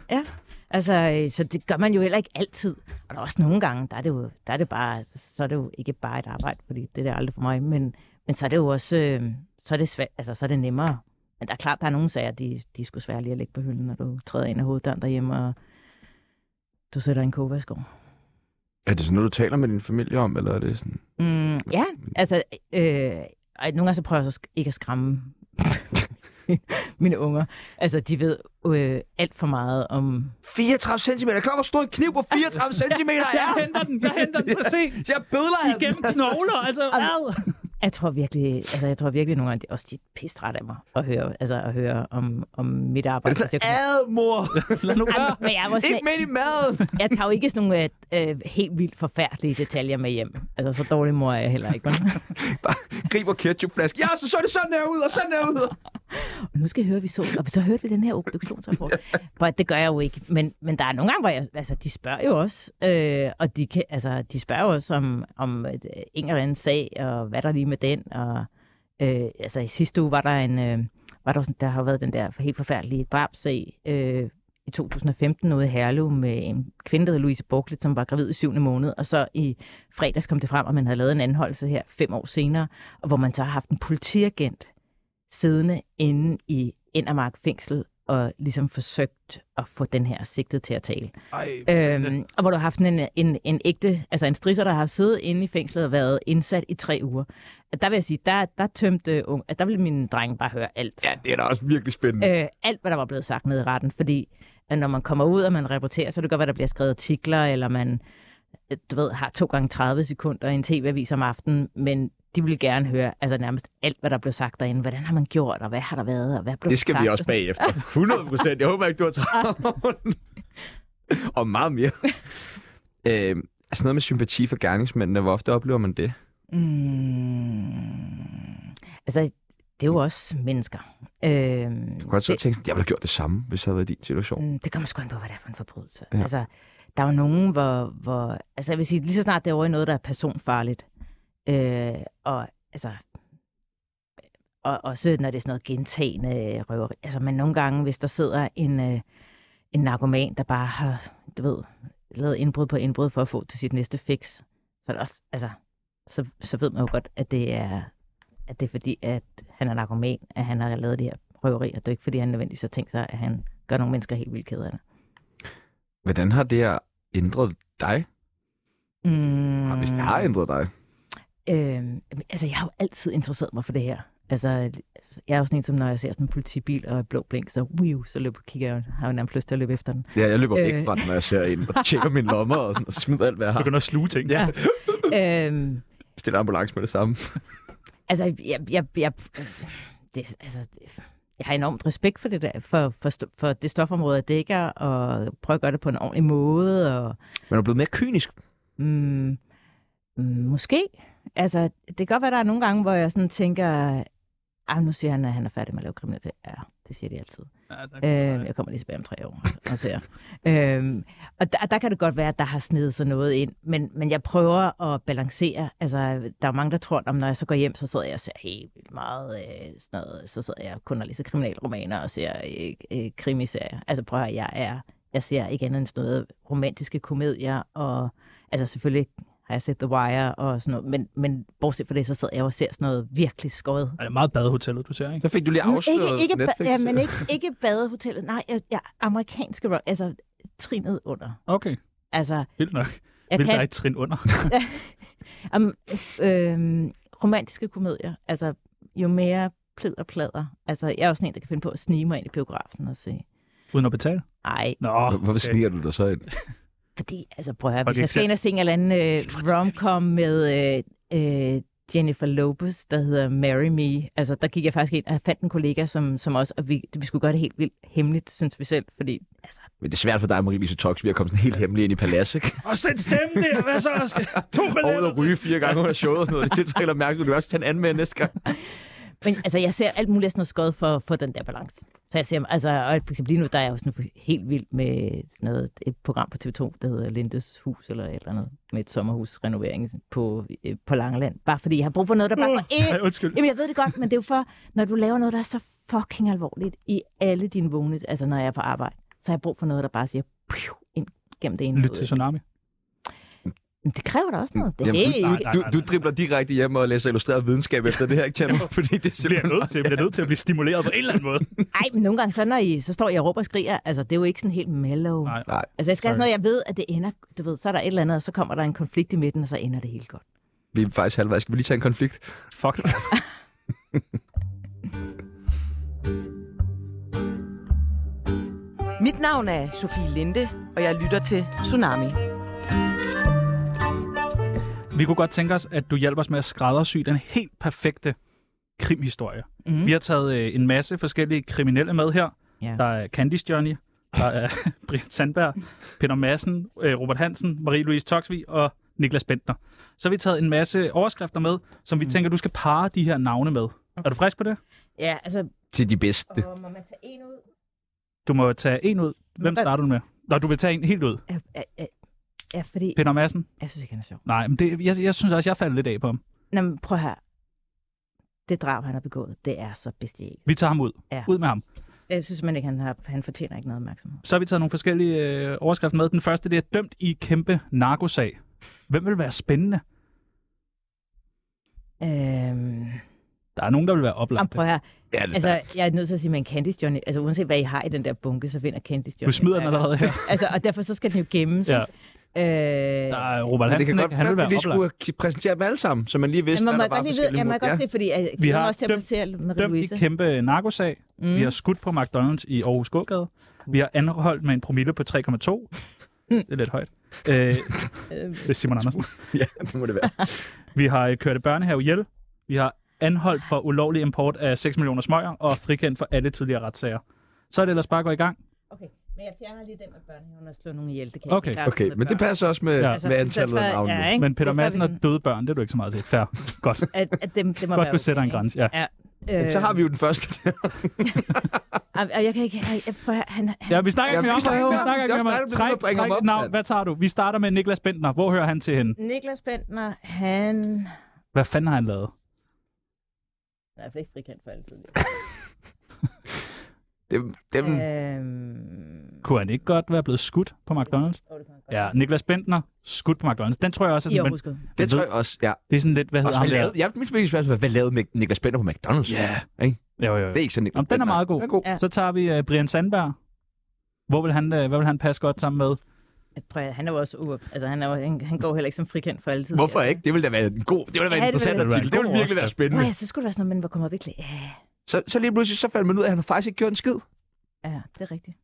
F: Altså, øh, så det gør man jo heller ikke altid. Og der er også nogle gange, der er det jo, der er det bare, så er det jo ikke bare et arbejde, fordi det er det aldrig for mig, men, men så er det jo også, øh, så er det svært, altså så er det nemmere. Men der er klart, der er nogle sager, de, de er sgu svære lige at lægge på hylden, når du træder ind af hoveddøren derhjemme, og du sætter en kovask over.
A: Er det sådan noget, du taler med din familie om, eller er det sådan...
F: Mm, ja, altså, øh, ej, nogle gange så prøver jeg så sk- ikke at skræmme mine unger. Altså, de ved øh, alt for meget om
A: 34 cm. Klokken stod en kniv på 34 cm. Ja.
D: Jeg henter den. Jeg henter den. Prøv at se.
A: Jeg bødler af den.
D: Gennem knogler. Altså, ad.
F: Jeg tror virkelig, altså jeg tror virkelig nogle gange, det er også de pisse trætte af mig at høre, altså at høre om, om mit
A: Er
F: arbejde.
A: det sådan,
F: hvis jeg
A: ad, mor?
D: Lad nu
F: kunne-
D: være.
F: Ej, men jeg, er jo også,
A: Ikke midt i maden.
F: jeg tager jo ikke sådan nogle øh, øh, helt vildt forfærdelige detaljer med hjem. Altså, så dårlig mor er jeg heller ikke. vel?
A: Bare griber ketchupflaske. Ja, så så er det sådan her ud, og sådan her ud.
F: Og nu skal jeg høre, vi så, og så hørte vi den her obduktionsrapport. For det gør jeg jo ikke, men, men der er nogle gange, hvor jeg, altså, de spørger jo også, øh, og de, kan, altså, de spørger jo også om, om et, øh, en eller anden sag, og hvad der er lige med den, og øh, altså i sidste uge var der en, øh, var der, sådan, der har været den der helt forfærdelige drabsag øh, i 2015 ude i Herlev med en kvinde, der hed Louise Borglet, som var gravid i syvende måned, og så i fredags kom det frem, at man havde lavet en anholdelse her fem år senere, og hvor man så har haft en politiagent siddende inde i Endermark fængsel og ligesom forsøgt at få den her sigtet til at tale.
D: Ej,
F: Øhm, og hvor du har haft sådan en, en, en ægte, altså en strisser, der har siddet inde i fængslet og været indsat i tre uger. Der vil jeg sige, der, der tømte unge, der ville min dreng bare høre alt.
A: Ja, det er da også virkelig spændende.
F: Øh, alt, hvad der var blevet sagt nede i retten, fordi at når man kommer ud, og man rapporterer, så er det godt, at der bliver skrevet artikler, eller man øh, du ved, har to gange 30 sekunder i en tv-avis om aftenen, men de vil gerne høre altså nærmest alt, hvad der blev sagt derinde. Hvordan har man gjort, og hvad har der været, og hvad blev
A: Det skal
F: sagt,
A: vi
F: og
A: også bagefter. 100 procent. Jeg håber ikke, du har travlt. Og meget mere. Øh, altså noget med sympati for gerningsmændene. Hvor ofte oplever man det?
F: Mm. Altså, det er jo også mennesker. Øhm,
A: Du kan godt sidde og
F: det,
A: tænke, sådan, jeg ville have gjort det samme, hvis jeg havde været i din situation.
F: mm, det kommer sgu an på, hvad det er for en forbrydelse.
A: Ja.
F: Ja. Altså, der er jo nogen, hvor, hvor... Altså, jeg vil sige, lige så snart det er over i noget, der er personfarligt, øh, og altså... Og også når det er sådan noget gentagende røveri. Altså, men nogle gange, hvis der sidder en, øh, en narkoman, der bare har, du ved, lavet indbrud på indbrud for at få til sit næste fix, så er det også, altså, så, så ved man jo godt, at det er, at det er fordi, at han er narkoman, at han har lavet det her røveri, og det er ikke fordi, han nødvendigvis har tænkt sig, at han gør nogle mennesker helt vildt kede af det.
A: Hvordan har det her ændret dig?
F: Mm,
A: Mm. Hvis det har ændret dig?
F: Øhm, altså, jeg har jo altid interesseret mig for det her. Altså, jeg er jo sådan en, som når jeg ser sådan en politibil og et blå blink, så, wiu, så løber, kigger jeg, jo- har jeg jo nærmest lyst til at løbe efter den.
A: Ja, jeg løber væk
F: Øh.
A: fra den, når jeg ser en, og tjekker mine lommer og, sådan, og smider alt, hvad jeg har.
D: begynder at sluge ting.
A: Ja,
F: øhm,
A: stiller ambulance med det samme.
F: altså, jeg, jeg, jeg, det, altså, det- jeg har enormt respekt for det der, for, for, sto- for det stofområde, jeg dækker, og prøver at gøre det på en ordentlig måde, og
A: Man er blevet mere kynisk.
F: Mm, mm, måske. Altså, det kan godt være, der er nogle gange, hvor jeg sådan tænker, ah, nu siger han, at han er færdig med at lave kriminalitet. Ja, Det siger de altid.
D: Ja, der kan-
F: Øh, jeg kommer lige tilbage om tre år og ser. øh, og der, der kan det godt være, at der har snedet sig noget ind, men, men jeg prøver at balancere. Altså, der er jo mange, der tror, at når jeg så går hjem, så sidder jeg og ser helt vildt meget øh, sådan noget. Så sidder jeg kun og læser kriminalromaner og ser øh, øh, krimiserier. Altså prøv at høre, jeg er, jeg ser ikke andet end sådan noget romantiske komedier, og altså selvfølgelig har jeg set The Wire og sådan noget, men, men bortset fra det, så sidder jeg jo og ser sådan noget virkelig skåret
D: Er det meget badehotellet, du ser, ikke?
A: Så fik du lige afsløret
F: Mm, ikke, ikke, ba-
A: Netflix.
F: ja, men ikke, ikke badehotellet. Nej, jeg, jeg, amerikanske rock. Altså, trinet under.
D: Okay,
F: Altså,
D: vildt nok.
F: jeg
D: Vil der er
F: kan...
D: et trin under?
F: Um, øh, romantiske komedier. Altså, jo mere pled og plader. Altså, jeg er også sådan en, der kan finde på at snige mig ind i biografen og se.
D: Uden at betale?
F: Nej,
D: Nå,
A: Hvor- Hvorfor sniger du dig så ind?
F: fordi, altså, prøv at høre, hvis
D: Folk
F: jeg
D: ikke
F: skal
D: ser-
F: ind og se en eller anden øh, romcom med øh, øh, Jennifer Lopez, der hedder Marry Me. Altså, der gik jeg faktisk ind og fandt en kollega, som, som også, og vi, vi skulle gøre det helt vildt hemmeligt, synes vi selv, fordi altså,
A: Men det er svært for dig, Marie-Lise Tox, vi er kommet sådan helt hemmelig ind i paladset, ikke?
D: Og sæt stemmen der, hvad så? To
A: Og ud og ryge fire gange under showet og sådan noget. Det tiltrækker mærkeligt, du også tage en anden med næste gang.
F: Men altså, jeg ser alt muligt af sådan noget skod for, for den der balance. Så jeg ser, altså, og for eksempel lige nu, der er jeg jo sådan helt vild med sådan noget, et program på TV2, der hedder Lindes Hus, eller et eller andet, med et sommerhusrenovering på, øh, på Langeland. Bare fordi jeg har brug for noget, der bare går ind.
D: Nej, undskyld.
F: Jamen, jeg ved det godt, men det er jo for, når du laver noget, der er så fucking alvorligt i alle dine vågne, altså når jeg er på arbejde, så har jeg brug for noget, der bare siger, piu, ind gennem det ene. og
D: Lyt
F: ud.
D: til Tsunami.
F: Men det kræver da også noget. Det er
A: Jamen,
F: ikke-
D: nej, nej.
A: Du, du dribler direkte hjem og læser illustreret videnskab efter det her, ikke, Tjerno? Fordi det er
D: Det bliver jeg
A: simpelthen...
D: nødt til. Jeg bliver nødt til at blive stimuleret på en eller anden måde.
F: Ej, men nogle gange, så, når I, så står jeg og råber og skriger, altså det er jo ikke sådan helt mellow.
D: Nej.
A: Nej.
F: Altså, jeg skal have
D: Sorry.
F: sådan noget, jeg ved, at det ender, du ved, så er der et eller andet, og så kommer der en konflikt i midten, og så ender det helt godt.
A: Vi er faktisk halvvejs. Skal vi lige tage en konflikt?
D: Fuck.
E: Mit navn er Sofie Linde, og jeg lytter til Tsunami.
D: Vi kunne godt tænke os, at du hjælper os med at skræddersy den helt perfekte krimhistorie.
E: Mhm.
D: Mm. Vi har taget øh, en masse forskellige kriminelle med her.
F: Ja.
D: Der er Candice Johnny, der er Brian Sandberg, Peter Madsen, øh, Robert Hansen, Marie-Louise Toxvi og Niklas Bentner. Så har vi taget en masse overskrifter med, som vi mm. tænker, du skal pare de her navne med. Er du frisk på det?
F: Ja, altså,
A: Til de bedste.
F: og må man tage en ud?
D: Du må tage en ud. Hvem
F: Hvad-
D: starter du med? Nå, du vil tage en helt ud.
F: Ja, ja, ja, ja fordi,
D: Peter Madsen?
F: jeg synes ikke, han er sjov.
D: Nej, men det, jeg, jeg synes også, jeg faldt lidt af på ham.
F: Nå, men prøv her. Det drab, han har begået, det er så bestialt.
D: Vi tager ham ud.
F: Ja.
D: Ud med ham.
F: Jeg synes man ikke, han, har, han fortjener ikke noget opmærksomhed.
D: Så har vi taget nogle forskellige øh, overskrifter med. Den første, det er dømt i kæmpe narkosag. Hvem vil være spændende?
F: Øhm,
D: Der er nogen, der vil være
F: jamen,
D: oplagt.
F: prøv her.
A: Ja, det er
F: Altså, jeg er nødt til at sige, men Candice Johnny, altså uanset hvad I har i den der bunke, så vinder Candice Johnny.
D: Du smider den allerede her.
F: Altså, og derfor så skal den jo gemmes.
D: Ja,
F: Øh,
D: der er Robert
A: Men det
D: Hansen,
A: kan godt
D: ikke? han vil
A: være, at vi
D: være
A: lige
D: oplagt.
A: skulle præsentere dem alle sammen, så man lige vidste, hvad
F: Jamen, må
A: der
F: jeg
A: var
F: godt lige vide,
A: forskellige
F: jeg må jeg godt
A: måder.
F: se, fordi jeg
D: Vi
F: vi
D: har
F: har også til at
D: dømt-
F: placere
D: Dømt i
F: Marie-Louise.
D: kæmpe narkosag.
F: Mm.
D: Vi har skudt på McDonald's i Aarhus Gågade. Vi har anholdt med en promille på 3,2.
F: Mm.
D: Det er lidt højt. Øh, det er Simon Andersen.
A: Ja, det må det være.
D: Vi har øh, kørt et børnehave ihjel. Vi har anholdt for ulovlig import af 6 millioner smøger og frikendt for alle tidligere retssager. Så er det ellers bare at gå i gang.
F: Okay, men jeg fjerner lige den med børnehaven og slår nogen ihjel. Det kan
D: Okay.
F: jeg
A: Okay, men det passer også med,
D: Ja.
A: med antallet af navne.
F: Ja, ikke?
D: Men Peter
F: Det er så,
D: Madsen
F: vi
D: og døde børn, det er du ikke så meget til. Fair. Godt.
F: sådan, At, at dem, det må
D: Godt,
F: være
D: du sætter en
F: okay,
D: grænse. Ja.
F: ikke?
A: Så har vi jo den første.
F: Øh, og jeg kan ikke... Jeg, jeg, prøver, han, han,
D: ja, vi snakker
A: Ja,
D: ikke mere
A: vi
D: om
A: snakker
D: ham. Vi
A: ikke om
D: snakker ikke
A: ham. Det er
D: mere om
A: også dig,
D: ham.
A: der begynder at
D: Træk,
A: bringe
D: træk
A: ham
D: et
A: op,
D: navn.
A: mand.
D: Hvad tager du? Vi starter med Niklas Bentner. Hvor hører han til henne?
F: Niklas Bentner, han...
D: Hvad fanden har han lavet?
F: Nej, jeg ikke frikendt for altid.
A: Dem, dem,
F: Øhm,
D: Kunne han ikke godt være blevet skudt på McDonald's?
F: åh, det kan jeg godt.
D: Ja, Niklas Bentner, skudt på McDonald's. Den tror jeg også er
F: I
D: sådan, men
F: overskud.
A: det
D: ved-
A: tror jeg også. Ja.
D: det er sådan lidt, hvad hedder
A: Også,
D: ham
A: hvad
D: der?
A: lavede, ja, mit spørgsmål er, hvad lavede Mik- Niklas Bender på McDonald's?
D: Ja.
A: Ikke?
D: Jo, jo, jo.
A: Det er ikke sådan, Niklas
D: Jamen, den er
A: Bender
D: meget god.
A: Den er god.
F: Ja.
D: Så tager vi uh, Brian Sandberg. Hvor vil han, uh, hvad vil han passe godt sammen med?
F: Prøv, at- han er jo også uop. Altså, han, er jo, han, han går heller ikke som frikendt for altid.
A: Hvorfor ikke? Det ville da være en god, det ville da være
F: Ja,
A: en
F: det ville
A: interessant
F: det.
A: artikel. Det ville virkelig være
F: Nå
A: spændende.
F: ja, så skulle det være sådan noget, men hvor kommer vi ikke... Ja,
A: Så, så lige pludselig så fandt man ud af, at han faktisk ikke gjort en skid.
F: ja, det er rigtigt.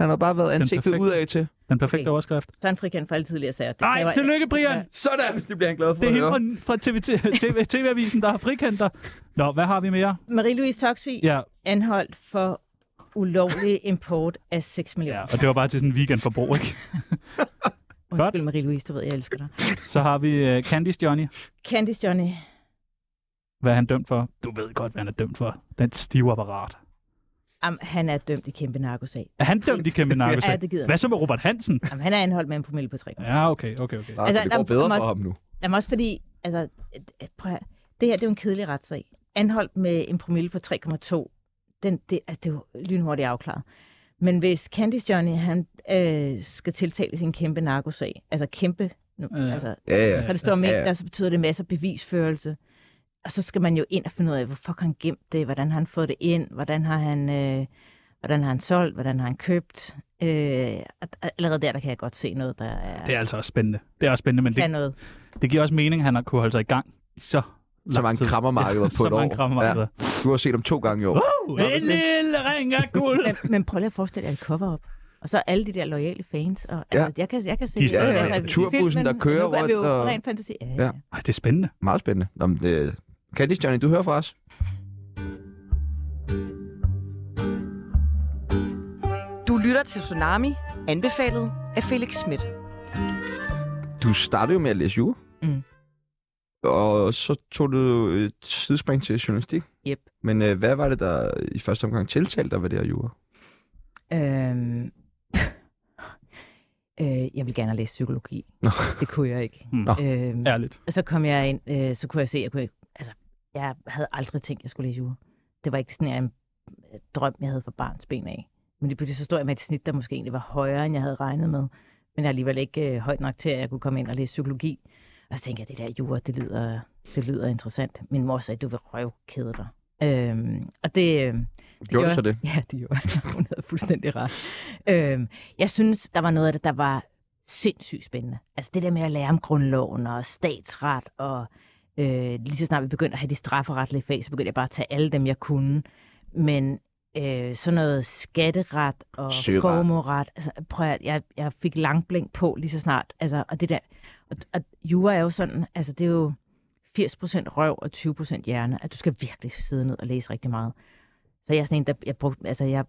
A: Han har bare været ansigtet
D: perfekte.
A: ud af til.
D: Den perfekte
F: Okay.
D: overskrift.
F: Så er han frikendt for alle tidligere sager. Det
D: Nej,
F: kræver-
D: tillykke, Brian!
A: Sådan, det bliver han glad for
D: Det er
A: at
D: hende
A: høre.
D: fra, fra TV, TV, TV-avisen, der har frikendt dig. Nå, hvad har vi mere?
F: Marie-Louise Toksvig
D: Ja,
F: anholdt for ulovlig import af 6 millioner.
D: ja, og det var bare til sådan en weekendforbrug, ikke?
F: Undskyld, Marie-Louise, du ved, jeg elsker dig.
D: Så har vi uh, Candice Johnny.
F: Candice Johnny.
D: Hvad er han dømt for? Du ved godt, hvad han er dømt for. Den stive apparat.
F: Am, han er dømt i kæmpe narkosag.
D: Er han dømt i kæmpe narkosag?
F: Ja, det gider jeg
D: Hvad så med Robert Hansen?
F: Am, han er anholdt med en promille på 3.
D: Ja, okay, okay, okay.
A: Nej, altså,
F: Altså,
A: det
F: der-
A: går bedre
F: der
A: for
F: må også-
A: ham nu.
F: Jamen også fordi, altså, øh, øh, prøv at, høre. det her det er jo en kedelig retssag. Anholdt med en promille på 3,2, den, det, altså, det er jo lynhurtigt afklaret. Men hvis Candice Johnny, han øh, skal tiltale sin kæmpe narkosag, altså kæmpe, nu,
D: Ja.
F: ja. altså,
A: Ja, ja.
D: Ja.
F: for det står med,
A: Ja.
F: ja. så betyder det masser af bevisførelse. Og så skal man jo ind og finde ud af, hvorfor har han gemt det, hvordan har han fået det ind, hvordan har han, øh, hvordan har han solgt, hvordan har han købt. Øh, og- og allerede der, der kan jeg godt se noget, der er,
D: Det er altså også spændende. Det er også spændende, men
F: kan
D: det,
F: noget.
D: det giver også mening, at han har kunne holde sig i gang i så lang
A: Så mange
D: tid.
A: krammermarkeder på
D: så
A: et
D: mange
A: år.
D: krammermarkeder.
A: Ja. Du har set dem to gange i år.
D: Uh, en lille ring af guld.
F: men, men prøv lige at forestille jer et cover-up. Og så alle de der loyale fans. Og,
A: Ja.
F: ja. altså, jeg, kan, jeg kan se
D: De er stadig-
F: altså, i
A: turbussen,
F: filmen,
A: der kører
F: og nu er vi jo
A: rundt, og-
F: rent fantasi. Ja,
A: Ja.
F: ja.
D: Ej, det er spændende.
A: Meget spændende. Nå, men det... Candice Johnny, du hører fra os.
E: Du lytter til Tsunami, anbefalet af Felix Schmidt.
A: Du startede jo med at læse jura.
F: Mm.
A: Og så tog du et sidespring til journalistik.
F: Yep.
A: Men øh, hvad var det, der i første omgang tiltalte dig ved det her jura?
F: Øhm, øh, jeg vil gerne læse psykologi.
A: Nå.
F: Det kunne jeg ikke.
D: Nå.
F: Øhm,
D: Hmm. Ærligt.
F: Og så kom jeg ind, øh, så kunne jeg se, jeg kunne ikke, altså, jeg havde aldrig tænkt, jeg skulle læse jura. Det var ikke sådan en øh, drøm, jeg havde for barns ben af. Men lige pludselig så stod jeg med et snit, der måske egentlig var højere, end jeg havde regnet med. Men alligevel ikke øh, højt nok til, at jeg kunne komme ind og læse psykologi. Og så tænkte jeg, det der jura, det lyder, det lyder interessant. Min mor sagde, du vil røvkede dig. Øhm, og det, øh, det
A: Gjorde du så det?
F: Ja, det gjorde jeg. Hun havde fuldstændig ret. Øhm, jeg synes, der var noget af det, der var sindssygt spændende. Altså det der med at lære om grundloven og statsret, og øh, lige så snart vi begyndte at have de strafferetlige fag, så begyndte jeg bare at tage alle dem, jeg kunne. Men øh, sådan noget skatteret og
A: Søret.
F: formueret, altså prøv at, jeg, jeg fik langblink på lige så snart. Altså, og det der, og, og jura er jo sådan, altså det er jo 80% røv og 20% hjerne, at du skal virkelig sidde ned og læse rigtig meget. Så jeg er sådan en, der jeg brugte, altså jeg,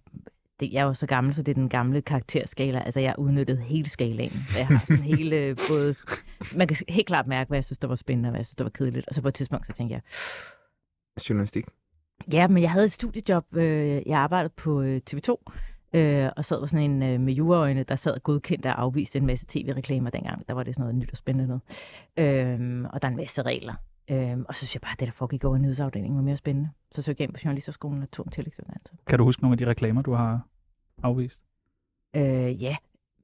F: det, jeg er jo så gammel, så det er den gamle karakterskala. Altså jeg har udnyttet hele skalaen. Så jeg har sådan hele øh, både... Man kan helt klart mærke, hvad jeg synes, der var spændende, og hvad jeg synes, der var kedeligt. Og så på et tidspunkt, så tænkte jeg,
A: Journalistik.
F: ja, men jeg havde et studiejob. Øh, jeg arbejdede på øh, TV2, øh, og sad var sådan en øh, med juraøjne, der sad godkendt og afviste en masse tv-reklamer dengang. Der var det sådan noget nyt og spændende noget. Øhm, og der er en masse regler. Øhm, og så synes jeg bare, at det, der foregik over i nyhedsafdelingen, var mere spændende. Så søgte jeg ind på Journalisterskolen og tog en tillægsuddannelse.
D: Kan du huske nogle af de reklamer, du har afvist?
F: Øh, ja,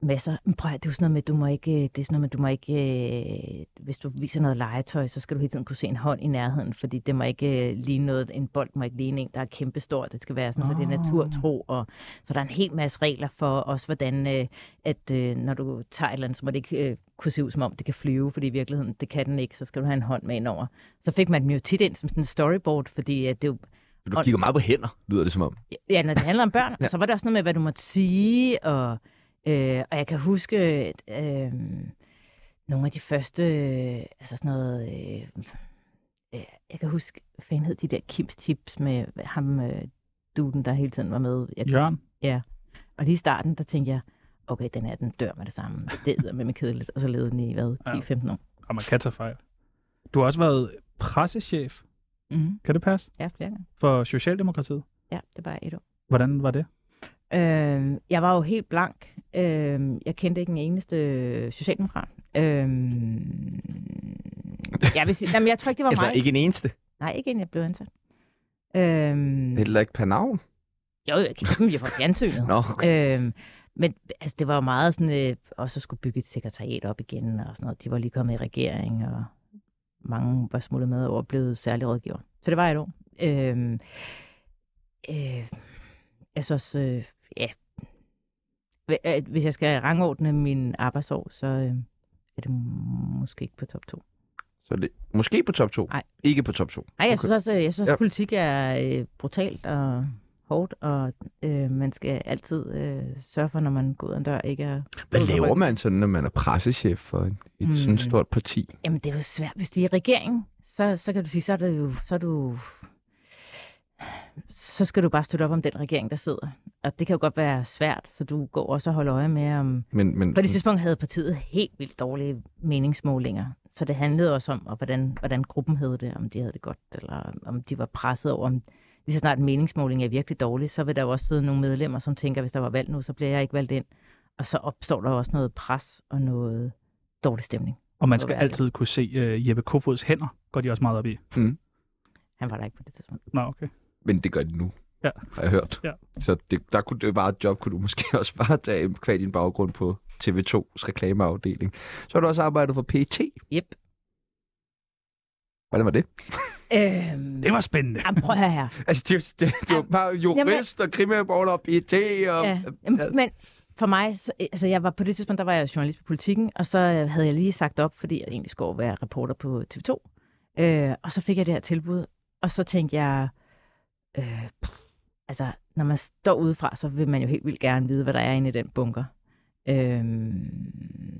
F: masser. Men prøv at, høre, det er jo sådan noget med, at du må ikke, øh, det er sådan noget med, at du må ikke, øh, hvis du viser noget legetøj, så skal du hele tiden kunne se en hånd i nærheden, fordi det må ikke øh, ligne noget, en bold må ikke ligne en, der er kæmpestor, det skal være sådan, oh. så det er
D: Åh.
F: naturtro, og så der er en hel masse regler for også, hvordan, øh, at øh, når du tager et eller andet, så må det ikke øh, kunne se ud som om, det kan flyve, fordi i virkeligheden, det kan den ikke, så skal du have en hånd med ind over. Så fik man dem jo tit ind som sådan en storyboard, fordi øh, det er jo
A: Du kigger meget på hænder, lyder det som om.
F: Ja, når det handler om børn. ja. Så var det også noget med, hvad du måtte sige, og, øh, og jeg kan huske at, øh, nogle af de første, øh, altså sådan noget, øh, øh, jeg kan huske, hvad fanden hed de der Kims Chips med ham, øh, duden, der hele tiden var med. Jeg,
D: Jørgen?
F: Og lige i starten, der tænkte jeg, okay, den her, den dør med det samme. Det er med mig kedeligt, og så levede den i, hvad,
D: Ja.
F: 10-15 år.
D: Og man kan tage fejl. Du har også været pressechef,
F: Mm-hmm.
D: kan det passe,
F: Ja, flere gange.
D: for Socialdemokratiet.
F: Ja, det var et år.
D: Hvordan var det?
F: Øhm, jeg var jo helt blank. Øhm, jeg kendte ikke en eneste socialdemokrat. Øhm, jeg, vil sige, jamen, jeg tror ikke, det var
A: Altså,
F: mig.
A: ikke en eneste.
F: Nej, ikke inden jeg blev ansat. Øhm,
A: Heller ikke per navn.
F: jo, jeg kendte dem jo fra fjernsynet.
A: Nå, okay.
F: øhm, men altså, det var jo meget sådan, øh, og så skulle bygge et sekretariat op igen og sådan noget. De var lige kommet i regering, og mange var smuttet med over og blevet særlig rådgiver. Så det var et år. Øhm, øh, jeg synes også, øh, ja, Hv- øh, hvis jeg skal rangordne min arbejdsår, så øh, er det måske ikke på top 2.
A: Så er det måske på top 2.
F: Nej.
A: Ikke på top 2.
F: Nej, jeg synes også, øh, jeg synes også
A: Ja.
F: ja. politik er øh, brutalt og hårdt, og øh, man skal altid øh, sørge for, når man går ud ad en dør, ikke at...
A: Hvad laver man sådan, når man er pressechef for en- et mm.
F: Mm.
A: sådan stort parti?
F: Jamen, det er jo svært. Hvis de er i regering, så, så kan du sige, så er, det jo, så er du... Så skal du bare støtte op om den regering, der sidder. Og det kan jo godt være svært, så du går også og holder øje med, om...
A: Men, men
F: På det tidspunkt havde partiet helt vildt dårlige meningsmålinger, så det handlede også om, og hvordan, hvordan gruppen havde det, om de havde det godt, eller om de var presset over, om lige så snart meningsmålingen er virkelig dårlig, så vil der jo også sidde nogle medlemmer, som tænker, hvis der var valg nu, så bliver jeg ikke valgt ind. Og så opstår der jo også noget pres og noget dårlig stemning.
D: Og man skal
F: Hvor er det?
D: altid kunne se øh, Jeppe Kofods hænder, går de også meget op i.
F: Han var der ikke på det tidspunkt.
D: Nå, okay.
A: Men det gør det nu,
D: Ja.
A: har jeg hørt.
D: Ja.
A: Så det, der kunne det var et job, kunne du måske også bare tage kvad din baggrund på TV2's reklameafdeling. Så har du også arbejdet for PT.
F: Yep.
A: Hvordan var det?
F: Øhm,
D: Det var spændende.
F: Jamen, prøv at høre her.
A: Altså, det, det, det var
F: Jamen,
A: bare jurist og kriminalborg og PT E og...
F: Ja. Jamen, men for mig, så, altså jeg var på det tidspunkt, der var jeg journalist på politikken, og så øh, havde jeg lige sagt op, fordi jeg egentlig skulle over være reporter på TV2. Øh, og så fik jeg det her tilbud, og så tænkte jeg, øh, pff, altså når man står udefra, så vil man jo helt vildt gerne vide, hvad der er inde i den bunker. Øh,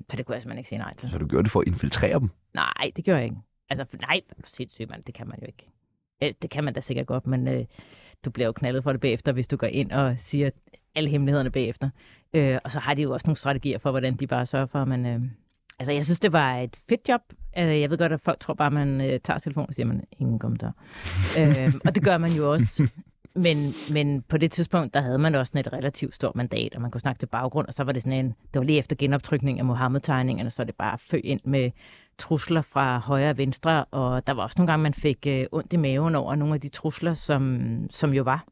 F: så det kunne jeg simpelthen ikke sige nej til.
A: Så har du gjort det for at infiltrere dem.
F: Nej, det gør jeg ikke. Altså, for- nej, for sindssygt, mand. Det kan man jo ikke. Øh, Det kan man da sikkert godt, men øh, du bliver jo knaldet for det bagefter, hvis du går ind og siger alle hemmelighederne bagefter. Øh, og så har de jo også nogle strategier for, hvordan de bare sørger for, at man... Øh, altså, jeg synes, det var et fedt job. Øh, jeg ved godt, at folk tror bare, at man øh, tager telefonen og siger, man ingen kommentar. øh, og det gør man jo også. Men, men på det tidspunkt, der havde man også sådan et relativt stort mandat, og man kunne snakke til baggrund, og så var det sådan en, det var lige efter genoptrykning af Mohammed-tegningerne, så er det bare fø ind med trusler fra højre og venstre, og der var også nogle gange, man fik øh, ondt i maven over nogle af de trusler, som, som jo var.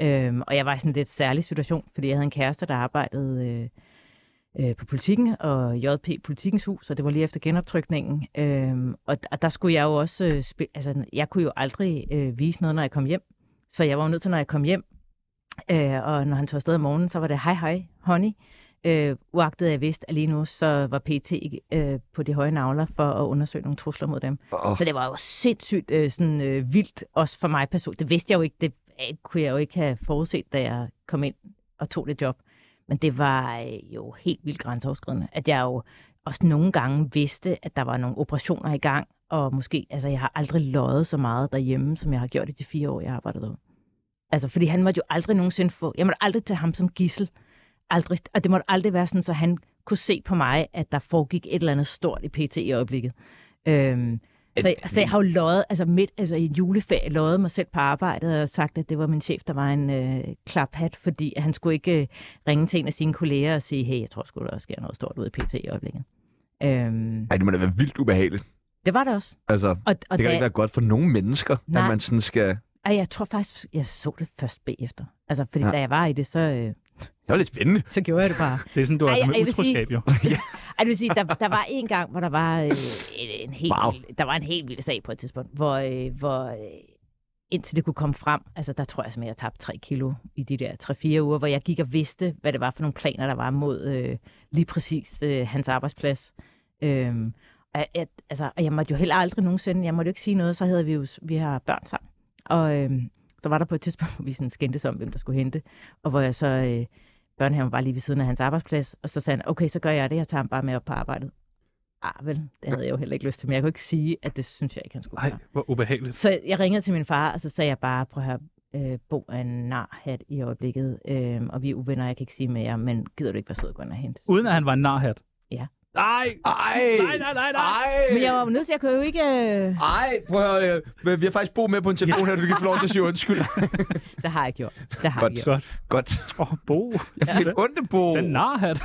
F: Øhm, og jeg var i sådan en lidt særlig situation, fordi jeg havde en kæreste, der arbejdede øh, øh, på politikken og JP Politikens Hus, og det var lige efter genoptrykningen. Øhm, og, og der skulle jeg jo også øh, spille, altså jeg kunne jo aldrig øh, vise noget, når jeg kom hjem. Så jeg var jo nødt til, når jeg kom hjem, øh, og når han tog afsted om morgenen, så var det hej hej, honey. Øh, uagtet jeg vidste, at lige nu så var PT øh, på de høje navler for at undersøge nogle trusler mod dem.
A: Og
F: Så det var jo sindssygt øh, sådan, øh, vildt, også for mig personligt. Det vidste jeg jo ikke, det øh, kunne jeg jo ikke have forudset, da jeg kom ind og tog det job. Men det var øh, jo helt vildt grænseoverskridende, at jeg jo også nogle gange vidste, at der var nogle operationer i gang, og måske, altså jeg har aldrig løjet så meget derhjemme, som jeg har gjort i de fire år, jeg arbejdede derude. Altså, fordi han måtte jo aldrig nogensinde få, jeg måtte aldrig tage ham som gissel. Aldrig, og det måtte aldrig være sådan, så han kunne se på mig, at der foregik et eller andet stort i PT i øjeblikket. Øhm, så, så jeg har jo løjet, altså midt altså i en juleferie, løjet mig selv på arbejdet og sagt, at det var min chef, der var en øh, klaphat, fordi han skulle ikke øh, ringe til en af sine kolleger og sige, hey, jeg tror sgu, der sker noget stort ude i PT i øjeblikket. Øhm,
A: Ej, det må da være vildt ubehageligt.
F: det var det også.
A: Altså,
F: Og, og,
A: det kan da
F: da,
A: ikke være godt for nogen mennesker, at
F: Nej.
A: man sådan skal...
F: og jeg tror faktisk, jeg så det først bagefter. Altså, fordi
A: Ja.
F: ja. da jeg var i det, så, øh,
A: Det var lidt spændende.
F: så gjorde jeg det bare.
D: Det er sådan, du har
F: Ej,
D: altså med
F: jeg vil sige-
D: utroskab, jo.
F: Ej, det vil sige, der, der var en gang, hvor der var øh, en, en helt,
A: Wow.
F: wow. der var en helt vild sag på et tidspunkt, hvor, øh, hvor øh, indtil det kunne komme frem, altså der tror jeg simpelthen, jeg tabte 3 kilo i de der 3-4 uger, hvor jeg gik og vidste, hvad det var for nogle planer, der var mod øh, lige præcis øh, hans arbejdsplads. Øhm, og, jeg- jeg, altså, og jeg måtte jo heller aldrig nogensinde, jeg måtte jo ikke sige noget, så havde vi jo, s- vi har børn sammen. Og øhm, så var der på et tidspunkt, hvor vi sådan skændtes om, hvem der skulle hente, og hvor jeg så... Øh, børnehaven var lige ved siden af hans arbejdsplads, og så sagde han, okay, så gør jeg det, jeg tager ham bare med op på arbejdet. Ah, vel, det havde jeg jo heller ikke lyst til, men jeg kunne ikke sige, at det synes jeg ikke, han skulle
D: Ej,
F: gøre.
D: hvor ubehageligt.
F: Så jeg ringede til min far, og så sagde jeg bare, prøv at høre, øh, Bo er en narhat i øjeblikket, øh, og vi er uvenner, jeg kan ikke sige mere, men gider du ikke være sød og gå ind og hente?
D: Uden at han var en narhat.
F: Ja.
D: Nej,
A: Ej!
D: nej, nej, nej, nej.
A: Ej!
F: Men jeg var jo nødt til, jeg kunne jo ikke... Øh,
A: Ej, prøv at høre. øh, Vi har faktisk Bo med på en telefon her, du kan få lov til at sige undskyld.
F: det har jeg ikke gjort. Det har
A: Godt.
F: jeg ikke gjort.
D: Godt.
A: Godt.
D: Åh, oh, Bo.
A: Jeg fik
D: Ja.
A: ondt, Bo.
D: Den narhat.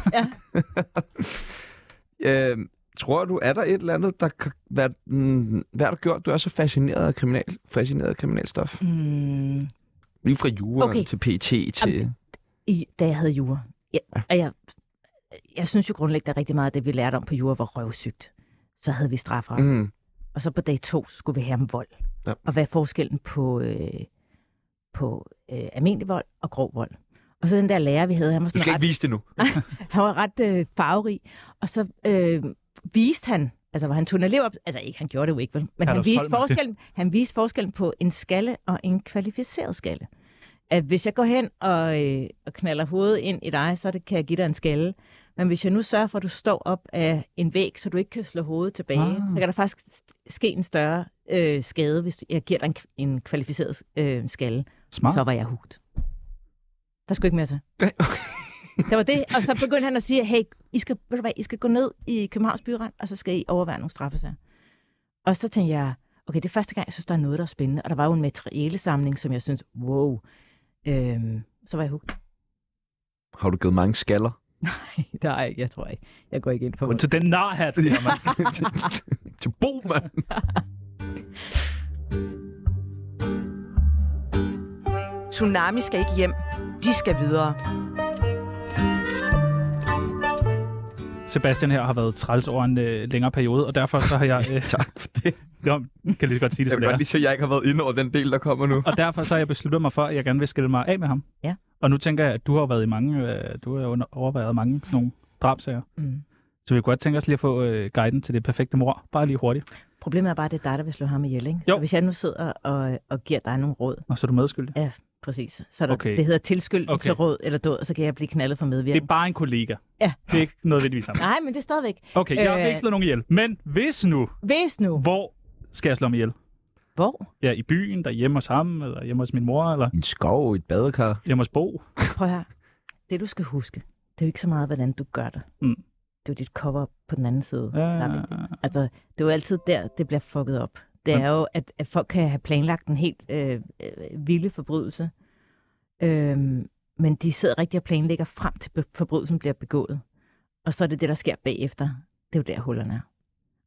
A: Øh, tror du, er der et eller andet, der kan være, mm, hvad har du gjort? Du er så fascineret af kriminal, fascineret af kriminalstof.
F: Mm.
A: Lige fra jura okay.
F: Okay.
A: til PT til...
F: Jamen, i, da jeg havde jura. Jeg, og jeg, jeg synes jo grundlæggende at rigtig meget af det, vi lærte om på jura, var røvsygt. Så havde vi strafferet. Mm.
A: Mm.
F: Og så på dag to skulle vi have om vold.
A: Ja.
F: Og hvad er forskellen på, øh, på øh, almindelig vold og grov vold? Og så den der lærer, vi havde, han var
A: Du
F: sådan
A: skal
F: ret,
A: ikke vise det nu.
F: han var ret øh, farverig. Og så øh, viste han, altså hvor han tog en elev op, altså ikke, han gjorde det jo ikke, vel? Men
D: Ja,
F: han
D: der
F: viste,
D: solgte man det.
F: forskellen, han viste forskellen på en skalle og en kvalificeret skalle. At hvis jeg går hen og, øh, og knaller hovedet ind i dig, så er det, kan jeg give dig en skalle. Men hvis jeg nu sørger for, at du står op af en væg, så du ikke kan slå hovedet tilbage,
D: Ah.
F: ah. så kan der faktisk ske en større øh, skade, hvis jeg giver dig en, en kvalificeret øh, skalle.
D: Smart.
F: Så var jeg hugt. Der skulle ikke mere til. Det var det, og så begyndte han at sige, hey, I skal, ved du hvad, I skal gå ned i Københavns Byret, og så skal I overvære nogle straffesager. Og så tænkte jeg, okay, det er første gang, jeg synes, der er noget, der er spændende. Og der var jo en materialesamling, som jeg synes, wow. Øhm, så var jeg hooked.
A: Har du givet mange skaller?
F: Nej, jeg tror ikke. Jeg går ikke ind på
D: Og Til den narhat, siger man.
A: Til bo, mand!
E: Tsunami skal ikke hjem. De skal videre.
D: Sebastian her har været træls over en øh, længere periode, og derfor så har jeg... Øh,
A: Tak for det.
D: jo, kan lige så godt sige
A: Jeg
D: det, som
A: vil
D: det er.
A: godt lige se, at jeg ikke har været inde over den del, der kommer nu.
D: Og derfor så har jeg besluttet mig for, at jeg gerne vil skille mig af med ham.
F: Ja.
D: Og nu tænker jeg, at du har jo været i mange... Øh, du har jo under- overvejet mange sådan nogle drabsager.
F: Mm.
D: Så vi kunne godt tænke os lige at få øh, guiden til det perfekte mor. Bare lige hurtigt.
F: Problemet er bare, at det er dig, der vil slå ham ihjel, ikke?
D: Jo.
F: Så hvis jeg nu sidder og, og giver dig nogle råd,
D: Og så er du medskyldig.
F: præcis, så er der,
D: Okay.
F: det hedder tilskyld
D: Okay.
F: okay. til råd eller død, og så kan jeg blive knaldet for
D: Det
F: medvirkning.
D: er bare en kollega.
F: Ja.
D: Det er ikke nødvendigvis sammen.
F: Nej, men det er stadigvæk.
D: Okay, jeg har
F: Øh.
D: ikke slået nogen ihjel. Men hvis nu,
F: Hvis nu,
D: hvor skal jeg slå mig ihjel?
F: hvor?
D: Ja, i byen, derhjemme hos ham, eller hjemme hos min mor, eller
A: En skov, et badekar.
D: hjemme hos Bo.
F: Prøv her. Det, du skal huske, det er jo ikke så meget, hvordan du gør det.
D: Mm.
F: Det er jo dit cover på den anden side.
D: Ja,
F: Der er vigtigt. Altså, det er jo altid der, det bliver fucket op. Det
D: Men-
F: er jo, at, at folk kan have planlagt en helt øh, øh, vilde forbrydelse, øhm, men de sidder rigtig og planlægger frem til be- forbrydelsen bliver begået. Og så er det det, der sker bagefter. Det er jo der, hullerne er.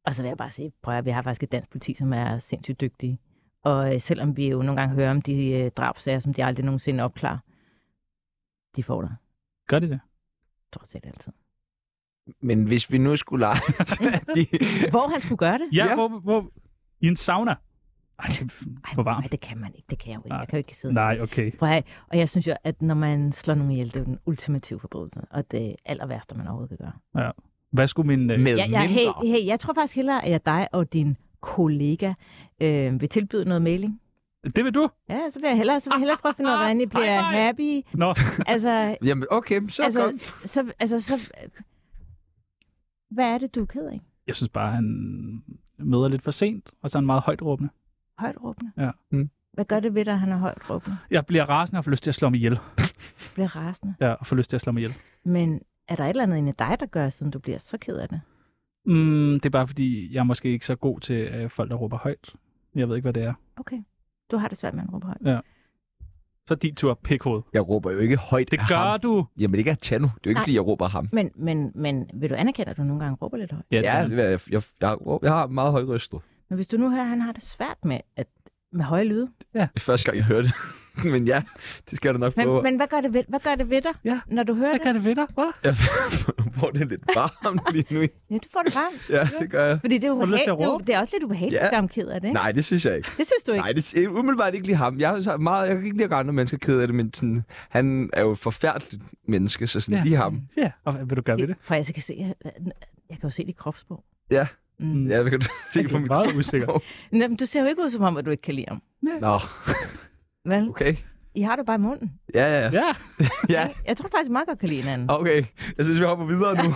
F: Og så vil jeg bare sige, prøv at vi har faktisk et dansk politi, som er sindssygt dygtige. Og øh, selvom vi jo nogle gange hører om de øh, drabsager, som de aldrig nogensinde opklarer, de får der
D: Gør de det?
F: trods alt altid.
A: Men hvis vi nu skulle lege, så er de...
F: Hvor han skulle gøre det?
D: Ja,
A: Ja.
D: ja. Hvor, hvor, i en sauna. Ej, det er
F: Ej,
D: for varmt.
F: Nej, det kan man ikke. Det kan jeg jo ikke.
D: Nej.
F: Jeg kan jo ikke sidde
D: Nej, okay.
F: Prøv at, høre, og jeg synes jo, at når man slår nogen ihjel, det er jo den ultimative forbrydelse, og det aller værste, man overhovedet kan gøre.
D: Hvad skulle min... Øh,
A: Med
F: Jeg, jeg,
A: mindre.
F: hey, hey, jeg tror faktisk hellere, at jeg dig og din kollega øh, vil tilbyde noget mailing.
D: det vil du?
F: Ja, så vil jeg hellere, så vil jeg hellere prøve at finde ud af, hvordan I bliver
D: nej.
F: happy.
D: Nå,
F: Altså,
A: Jamen, okay, så altså...
F: altså,
A: godt.
F: så, altså, så, hvad er det, du er ked af?
D: jeg synes bare, han møder lidt for sent, og så er han meget højt råbende.
F: Højt råbende?
D: Ja.
A: Mm.
F: Hvad gør det ved dig, at han er højt råbende?
D: Jeg bliver rasende og får lyst til at slå mig ihjel.
F: Bliver rasende.
D: Ja, og får lyst til at slå mig ihjel.
F: Men er der et eller andet inde i dig, der gør, siden du bliver så ked af det?
D: Mm, det er bare, fordi jeg er måske ikke så god til øh, folk, der råber højt. Jeg ved ikke, hvad det er.
F: Okay. Du har det svært med at råbe højt.
D: Så din tur, pikhoved.
A: Jeg råber jo ikke højt
D: Det
A: af
D: gør
A: ham.
D: du.
A: Jamen, ikke af Tjano. Det er jo ikke,
F: Nej.
A: fordi jeg råber af ham.
F: Men, men, men vil du anerkende, at du nogle gange råber lidt højt?
A: Ja,
D: det,
A: jeg, jeg, jeg, jeg, råber- jeg har meget høj rystet.
F: Men hvis du nu hører, at han har det svært med, at, med høje lyde.
A: Det er første gang, jeg hører det. men ja, det skal jeg da nok
F: Men,
A: prøve.
F: men hvad, gør det ved, hvad gør det ved dig,
D: Ja.
F: når du hører
D: hvad
F: det?
D: gør det ved dig? Hvad?
A: Jeg får det lidt varmt lige nu.
F: Ja, du får det varmt.
A: Ja, det gør jeg.
F: Fordi det er,
D: Har du lyst til at
F: ubehag, det, er, jo-
D: råbe?
F: det er også lidt ubehageligt,
A: Ja.
F: at ja. ked af det, ikke?
A: Nej, det synes jeg ikke.
F: Det synes du ikke?
A: Nej, det er umiddelbart ikke lige ham. Jeg, er så meget, jeg kan ikke lide at gøre andre mennesker ked af det, men sådan, han er jo et forfærdeligt menneske, så sådan
D: Ja.
A: ja. lige ham.
D: Ja, og hvad vil du gøre ved det?
F: For jeg så kan se, jeg, jeg kan jo se dit kropsprog.
A: Ja.
F: Mm.
A: Ja, det kan du se
D: Det
A: på
D: er
A: mit...
D: meget usikker.
F: Nå, men du ser jo ikke ud som om, at du ikke kan lide ham.
A: Nå,
F: Vel?
A: okay.
F: I har det bare i munden.
A: Ja, ja, ja.
D: Ja,
A: ja.
F: Jeg tror faktisk, meget godt kan lide hinanden.
A: Okay, jeg synes, vi hopper videre nu.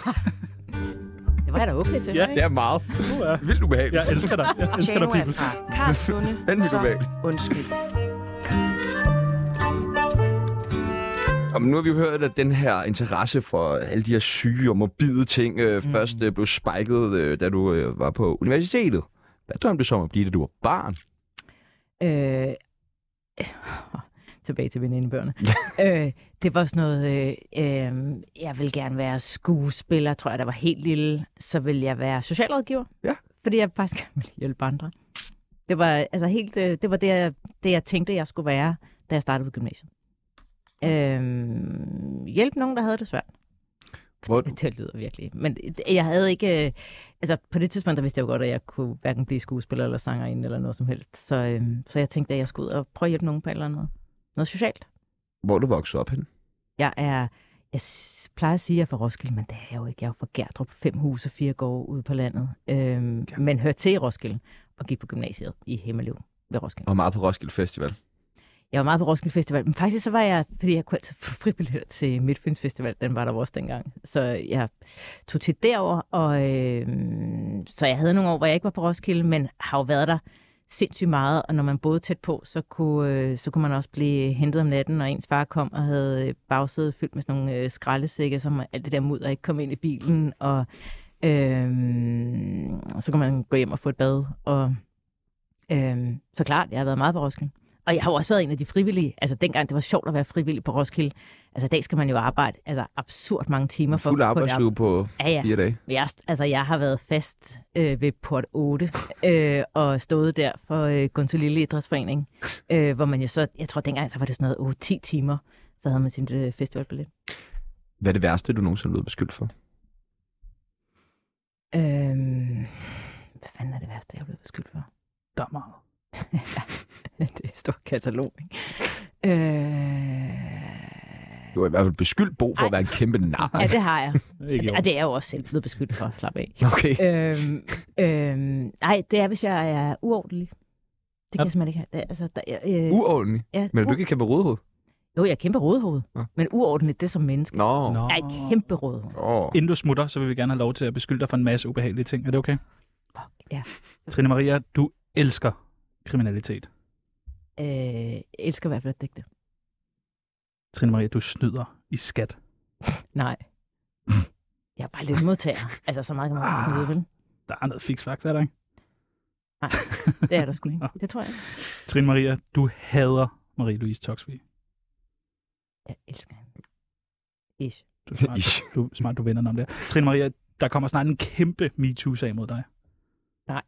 F: Det var jeg da okay til.
D: Ja.
F: ikke?
A: Det er meget.
D: du er.
A: Vildt ubehageligt.
D: Jeg elsker dig. Jeg elsker dig,
E: Tjano er
D: people.
E: fra Karlslunde,
A: Den vil du
E: så
A: vælge.
E: undskyld.
A: Og nu har vi jo hørt, at den her interesse for alle de her syge og morbide ting øh, mm. først øh, blev spiket, øh, da du øh, var på universitetet. Hvad drømte du så om at blive, da du var barn?
F: Øh, tilbage til venindebørnene. øh, det var sådan noget, øh, øh, jeg vil gerne være skuespiller, tror jeg, der var helt lille. Så vil jeg være socialrådgiver.
A: Ja.
F: Fordi jeg faktisk gerne ville hjælpe andre. Det var altså helt, øh, det var det jeg, det, jeg tænkte, jeg skulle være, da jeg startede på gymnasiet. Øh, hjælp nogen, der havde det svært.
A: Hvor,
F: Det lyder virkelig. Men jeg havde ikke... øh, Altså, på det tidspunkt, der vidste jeg jo godt, at jeg kunne hverken blive skuespiller eller sangerinde eller noget som helst. Så, øhm, så jeg tænkte, at jeg skulle ud og prøve at hjælpe nogen på et eller andet. Noget socialt.
A: hvor er du voksede op hen?
F: Jeg er... Jeg s- plejer at sige, at jeg er fra Roskilde, men det er jeg jo ikke. Jeg er jo fra Gerdrup. Fem huse og fire gårde ude på landet. Øhm, men hørte til i Roskilde og gik på gymnasiet i Himmeløv ved Roskilde.
A: Og meget på Roskilde Festival.
F: Jeg var meget på Roskilde Festival, men faktisk så var jeg, fordi jeg kunne altid få fribilletter til Midtfyns Festival, den var der også dengang. Så jeg tog til derover, og øh, så jeg havde nogle år, hvor jeg ikke var på Roskilde, men har jo været der sindssygt meget, og når man boede tæt på, så kunne, øh, så kunne man også blive hentet om natten, og ens far kom og havde øh, bagsædet fyldt med sådan nogle øh, skraldesække, som alt det der mudder ikke kom ind i bilen, og øh, så kunne man gå hjem og få et bad, og Øhm, så klart, jeg har været meget på Roskilde. Og jeg har jo også været en af de frivillige. Altså dengang, det var sjovt at være frivillig på Roskilde. Altså i dag skal man jo arbejde altså, absurd mange timer. for at
A: Fuld
F: kunne få det
A: arbejdsuge på
F: Ja, ja.
A: fire dage.
F: Men Jeg, altså, jeg har været fast øh, ved port 8 øh, og stået der for øh, Gunter Lille Idrætsforening, øh, hvor man jo så, jeg tror dengang, så var det sådan noget 8-10 timer, så havde man sin øh, festivalbillet.
A: Hvad er det værste, du nogensinde er blevet beskyldt for?
F: Øh, hvad fanden er det værste, jeg er blevet beskyldt for?
D: Der er meget.
F: det er et stort katalog, ikke? Øh,
A: Du har i hvert fald beskyldt Bo for at
F: Ej.
A: være en kæmpe nar.
F: ja, det har jeg.
D: Ikke
F: Og det er jeg jo også selv blevet beskyldt for, slap af.
A: Okay.
F: øhm, øhm, nej, det er, hvis jeg er uordentlig. Det kan
D: Ja.
F: jeg simpelthen ikke have. Det- Altså, der, jeg, øh,
A: Uordentlig.
F: ja,
A: Men er du
F: u-
A: ikke et kæmpe rodhoved?
F: Jo, jeg er kæmpe rådhoved,
A: Nå.
F: men uordentligt det som menneske.
A: Nå.
D: Nå.
F: Jeg er kæmpe rådhoved.
A: Åh.
D: Inden du smutter, så vil vi gerne have lov til at beskylde dig for en masse ubehagelige ting. Er det okay?
F: Fuck, ja.
D: Trine Maria, du elsker kriminalitet.
F: Øh, elsker i hvert fald at digte.
D: Trine Maria, du snyder i skat.
F: Nej. Jeg er bare lidt modtager. Altså, så meget kan man
D: Ah.
F: ikke snyde, vel?
D: Der er noget fiksfaks, er der ikke?
F: Nej, det er der sgu ikke. Det tror jeg. ikke.
D: Trine Maria, du hader Marie-Louise Toksvig.
F: Jeg elsker hende. Ish.
D: Du er smart,
A: Ish.
D: du, smart, du vender den om der. Trine Maria, der kommer snart en kæmpe MeToo-sag mod dig.
F: Nej.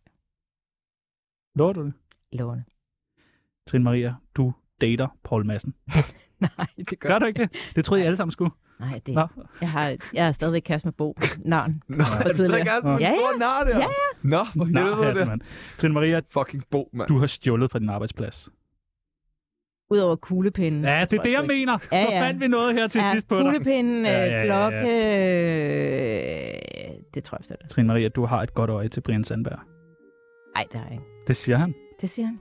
D: Lover du det?
F: Lovende.
D: Trine Maria, du dater Paul Madsen.
F: Nej, det gør,
D: Gør du ikke det? Det troede jeg alle sammen skulle.
F: Nej, det
D: Nå.
F: jeg, har, jeg er stadigvæk kæreste med Bo. Narn.
A: Nå,
D: Ja.
A: er du slet ikke altså en
F: Ja, ja.
A: stor nar der?
F: Ja,
A: Nå, hvor
D: Nå,
A: helvede er
D: hatten,
A: det.
D: mand. Trine Maria,
A: Fucking Bo, mand.
D: du har stjålet fra din arbejdsplads.
F: Udover kuglepinden.
D: Ja, det er det, jeg
F: mener.
D: mener.
F: Ja,
D: Så
F: ja.
D: fandt vi noget her til
F: ja,
D: sidst på dig.
F: Kuglepinden,
D: Ja,
F: ja,
D: ja, ja, ja.
F: blokke... Øh, det tror jeg stadig.
D: Trine Maria, du har et godt øje til Brian Sandberg.
F: Nej, det har jeg ikke.
D: Det siger han.
F: Det siger han.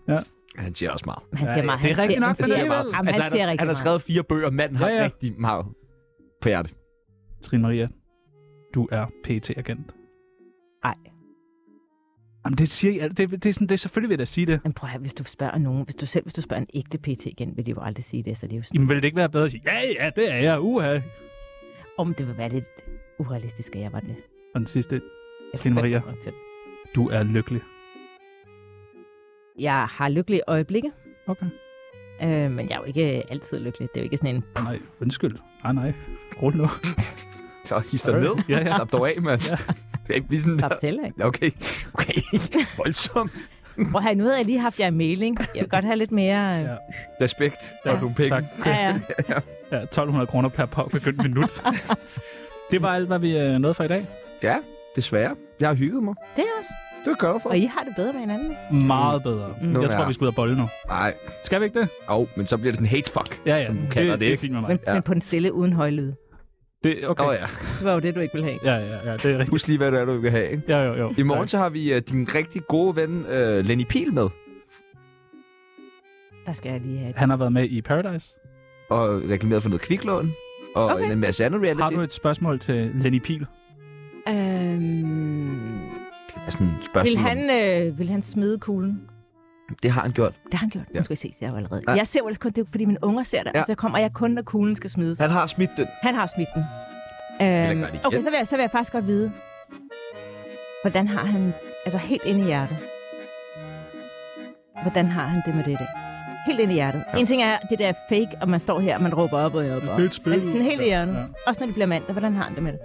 A: Han siger også meget.
F: Men Han
D: Ja,
F: siger meget.
D: det er
F: han
D: rigtigt
F: siger-
D: nok,
F: han
D: men
F: siger-
D: alligevel.
F: Jamen,
A: Altså,
F: han siger
A: han, har,
F: rigtig
A: han har
F: meget.
A: skrevet fire bøger, manden har
D: Ja, ja.
A: rigtig meget på hjertet.
D: Trine Maria, du er pt agent
F: Nej,
D: Jamen, det siger I, al- det, det, er sådan, det er selvfølgelig ved at sige det.
F: men prøv at høre, hvis du spørger nogen, hvis du selv hvis du spørger en ægte PT igen, vil de jo aldrig sige det, så det er jo sådan,
D: Jamen, vil det ikke være bedre at sige, ja, ja, det er jeg, uha.
F: om det vil være lidt urealistisk, at jeg var det.
D: Og den sidste,
F: Jeg
D: Trine
F: kunne
D: Maria.
F: godt nok til det.
D: du er lykkelig.
F: Jeg har lykkelige øjeblikke,
D: Okay.
F: øh, men jeg er jo ikke altid lykkelig. Det er jo ikke sådan en...
D: Oh, nej, undskyld. Nej, nej. Rul nu.
A: Så his dig ned.
D: Ja, ja.
A: Slap dog af, mand.
D: Ja.
A: Det er ikke blive sådan
F: Slap
A: der.
F: selv af.
A: Okay, okay. Voldsom.
F: Prøv at høre, nu havde jeg lige haft jer i mailing. Jeg vil godt have lidt mere... Øh,
D: Ja.
F: ja.
A: Respekt. Der er
F: Ja,
A: nogle penge.
D: Tak.
F: Ja, ja.
D: Ja, 1200 kroner per påbegyndt minut. det var alt, hvad vi øh, nåede for i dag.
A: Ja, desværre. Jeg har hygget mig.
F: Det er også.
A: Det er jeg glad for.
F: Og I har det bedre med hinanden.
D: Meget bedre.
A: Nu
D: Jeg tror,
A: er-
D: vi skal ud og bolle nu.
A: Nej,
D: Skal vi ikke det?
A: Åh, oh, men så bliver det sådan hate fuck.
D: Ja, ja.
A: Som du kalder det,
D: det er
A: ikke?
D: fint med mig.
F: Men,
A: Ja.
F: ja. men på den stille, uden højlyd.
D: Det, okay.
A: Åh oh, ja.
F: Det var jo det, du ikke ville have.
D: Ja, ja, ja. Det er rigtigt.
A: Husk lige, hvad det er, du vil have, ikke?
D: Ja, jo, jo.
A: I morgen så har vi uh, din rigtig gode ven, uh, Lenny Pil med.
F: Der skal jeg lige have det.
D: Han har været med i Paradise.
A: Og reklameret for noget kviklån. Og
F: Okay.
A: en masse andet reality.
D: Har du et spørgsmål til Lenny Pil?
F: Øhm,
A: Ja, Altså, sådan et spørgsmål.
F: vil, han, øh, vil han smide kuglen?
A: Det har han gjort.
F: Det har han gjort.
A: Ja.
F: Ja. Nu skal I se, det er jo allerede.
A: Ja.
F: Ja. Jeg ser jo ellers kun, det er jo fordi mine unger ser det.
A: Ja.
F: Ja. Så kommer jeg kun, når kuglen skal smides.
A: Han har smidt den.
F: Han har smidt den.
A: da
F: Øhm,
A: gøre det igen.
F: okay, så vil, jeg, så vil jeg faktisk godt vide, hvordan har han, altså helt ind i hjertet, hvordan har han det med det der? Helt ind i hjertet. Ja. En ting er, det der er fake, og man står her, og man råber op og op. og op.
D: Det er et spil.
F: Men sådan helt i
D: Ja,
F: hjertet.
D: ja.
F: Også når det bliver mandag, hvordan har han det med det?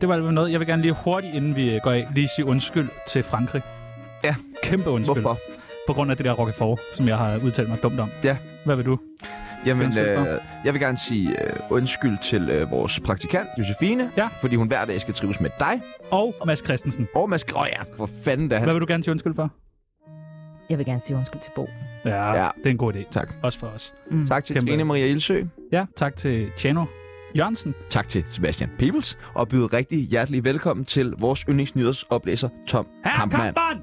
D: Det var alt, hvad vi nåede. Jeg vil gerne lige hurtigt, inden vi går af, lige sige undskyld til Frankrig.
A: Ja.
D: Kæmpe undskyld.
A: Hvorfor?
D: På grund af det der Roquefort, som jeg har udtalt mig dumt om.
A: Ja.
D: Hvad vil du?
A: Jamen,
D: Undskyld for.
A: øh, jeg vil gerne sige øh, undskyld til øh, vores praktikant, Josefine.
D: Ja.
A: Fordi hun hver dag skal trives med dig.
D: Og Mads Christensen.
A: Og Mads... Åh ja, for fanden da han...
D: Hvad vil du gerne sige undskyld for?
F: Jeg vil gerne sige undskyld til Bo.
D: Ja,
A: Ja.
D: ja. det er en god idé.
A: Tak.
D: Også for os.
F: Mm.
A: Tak til
D: Kæmpe.
A: Trine Maria Ildsø.
D: Ja, tak til Tjano Jørgensen.
A: Tak til Sebastian Peebles. Og byde rigtig hjertelig velkommen til vores yndlingsnyhedsoplæser, Tom
D: Her
A: Kampmann.
D: Kampmann!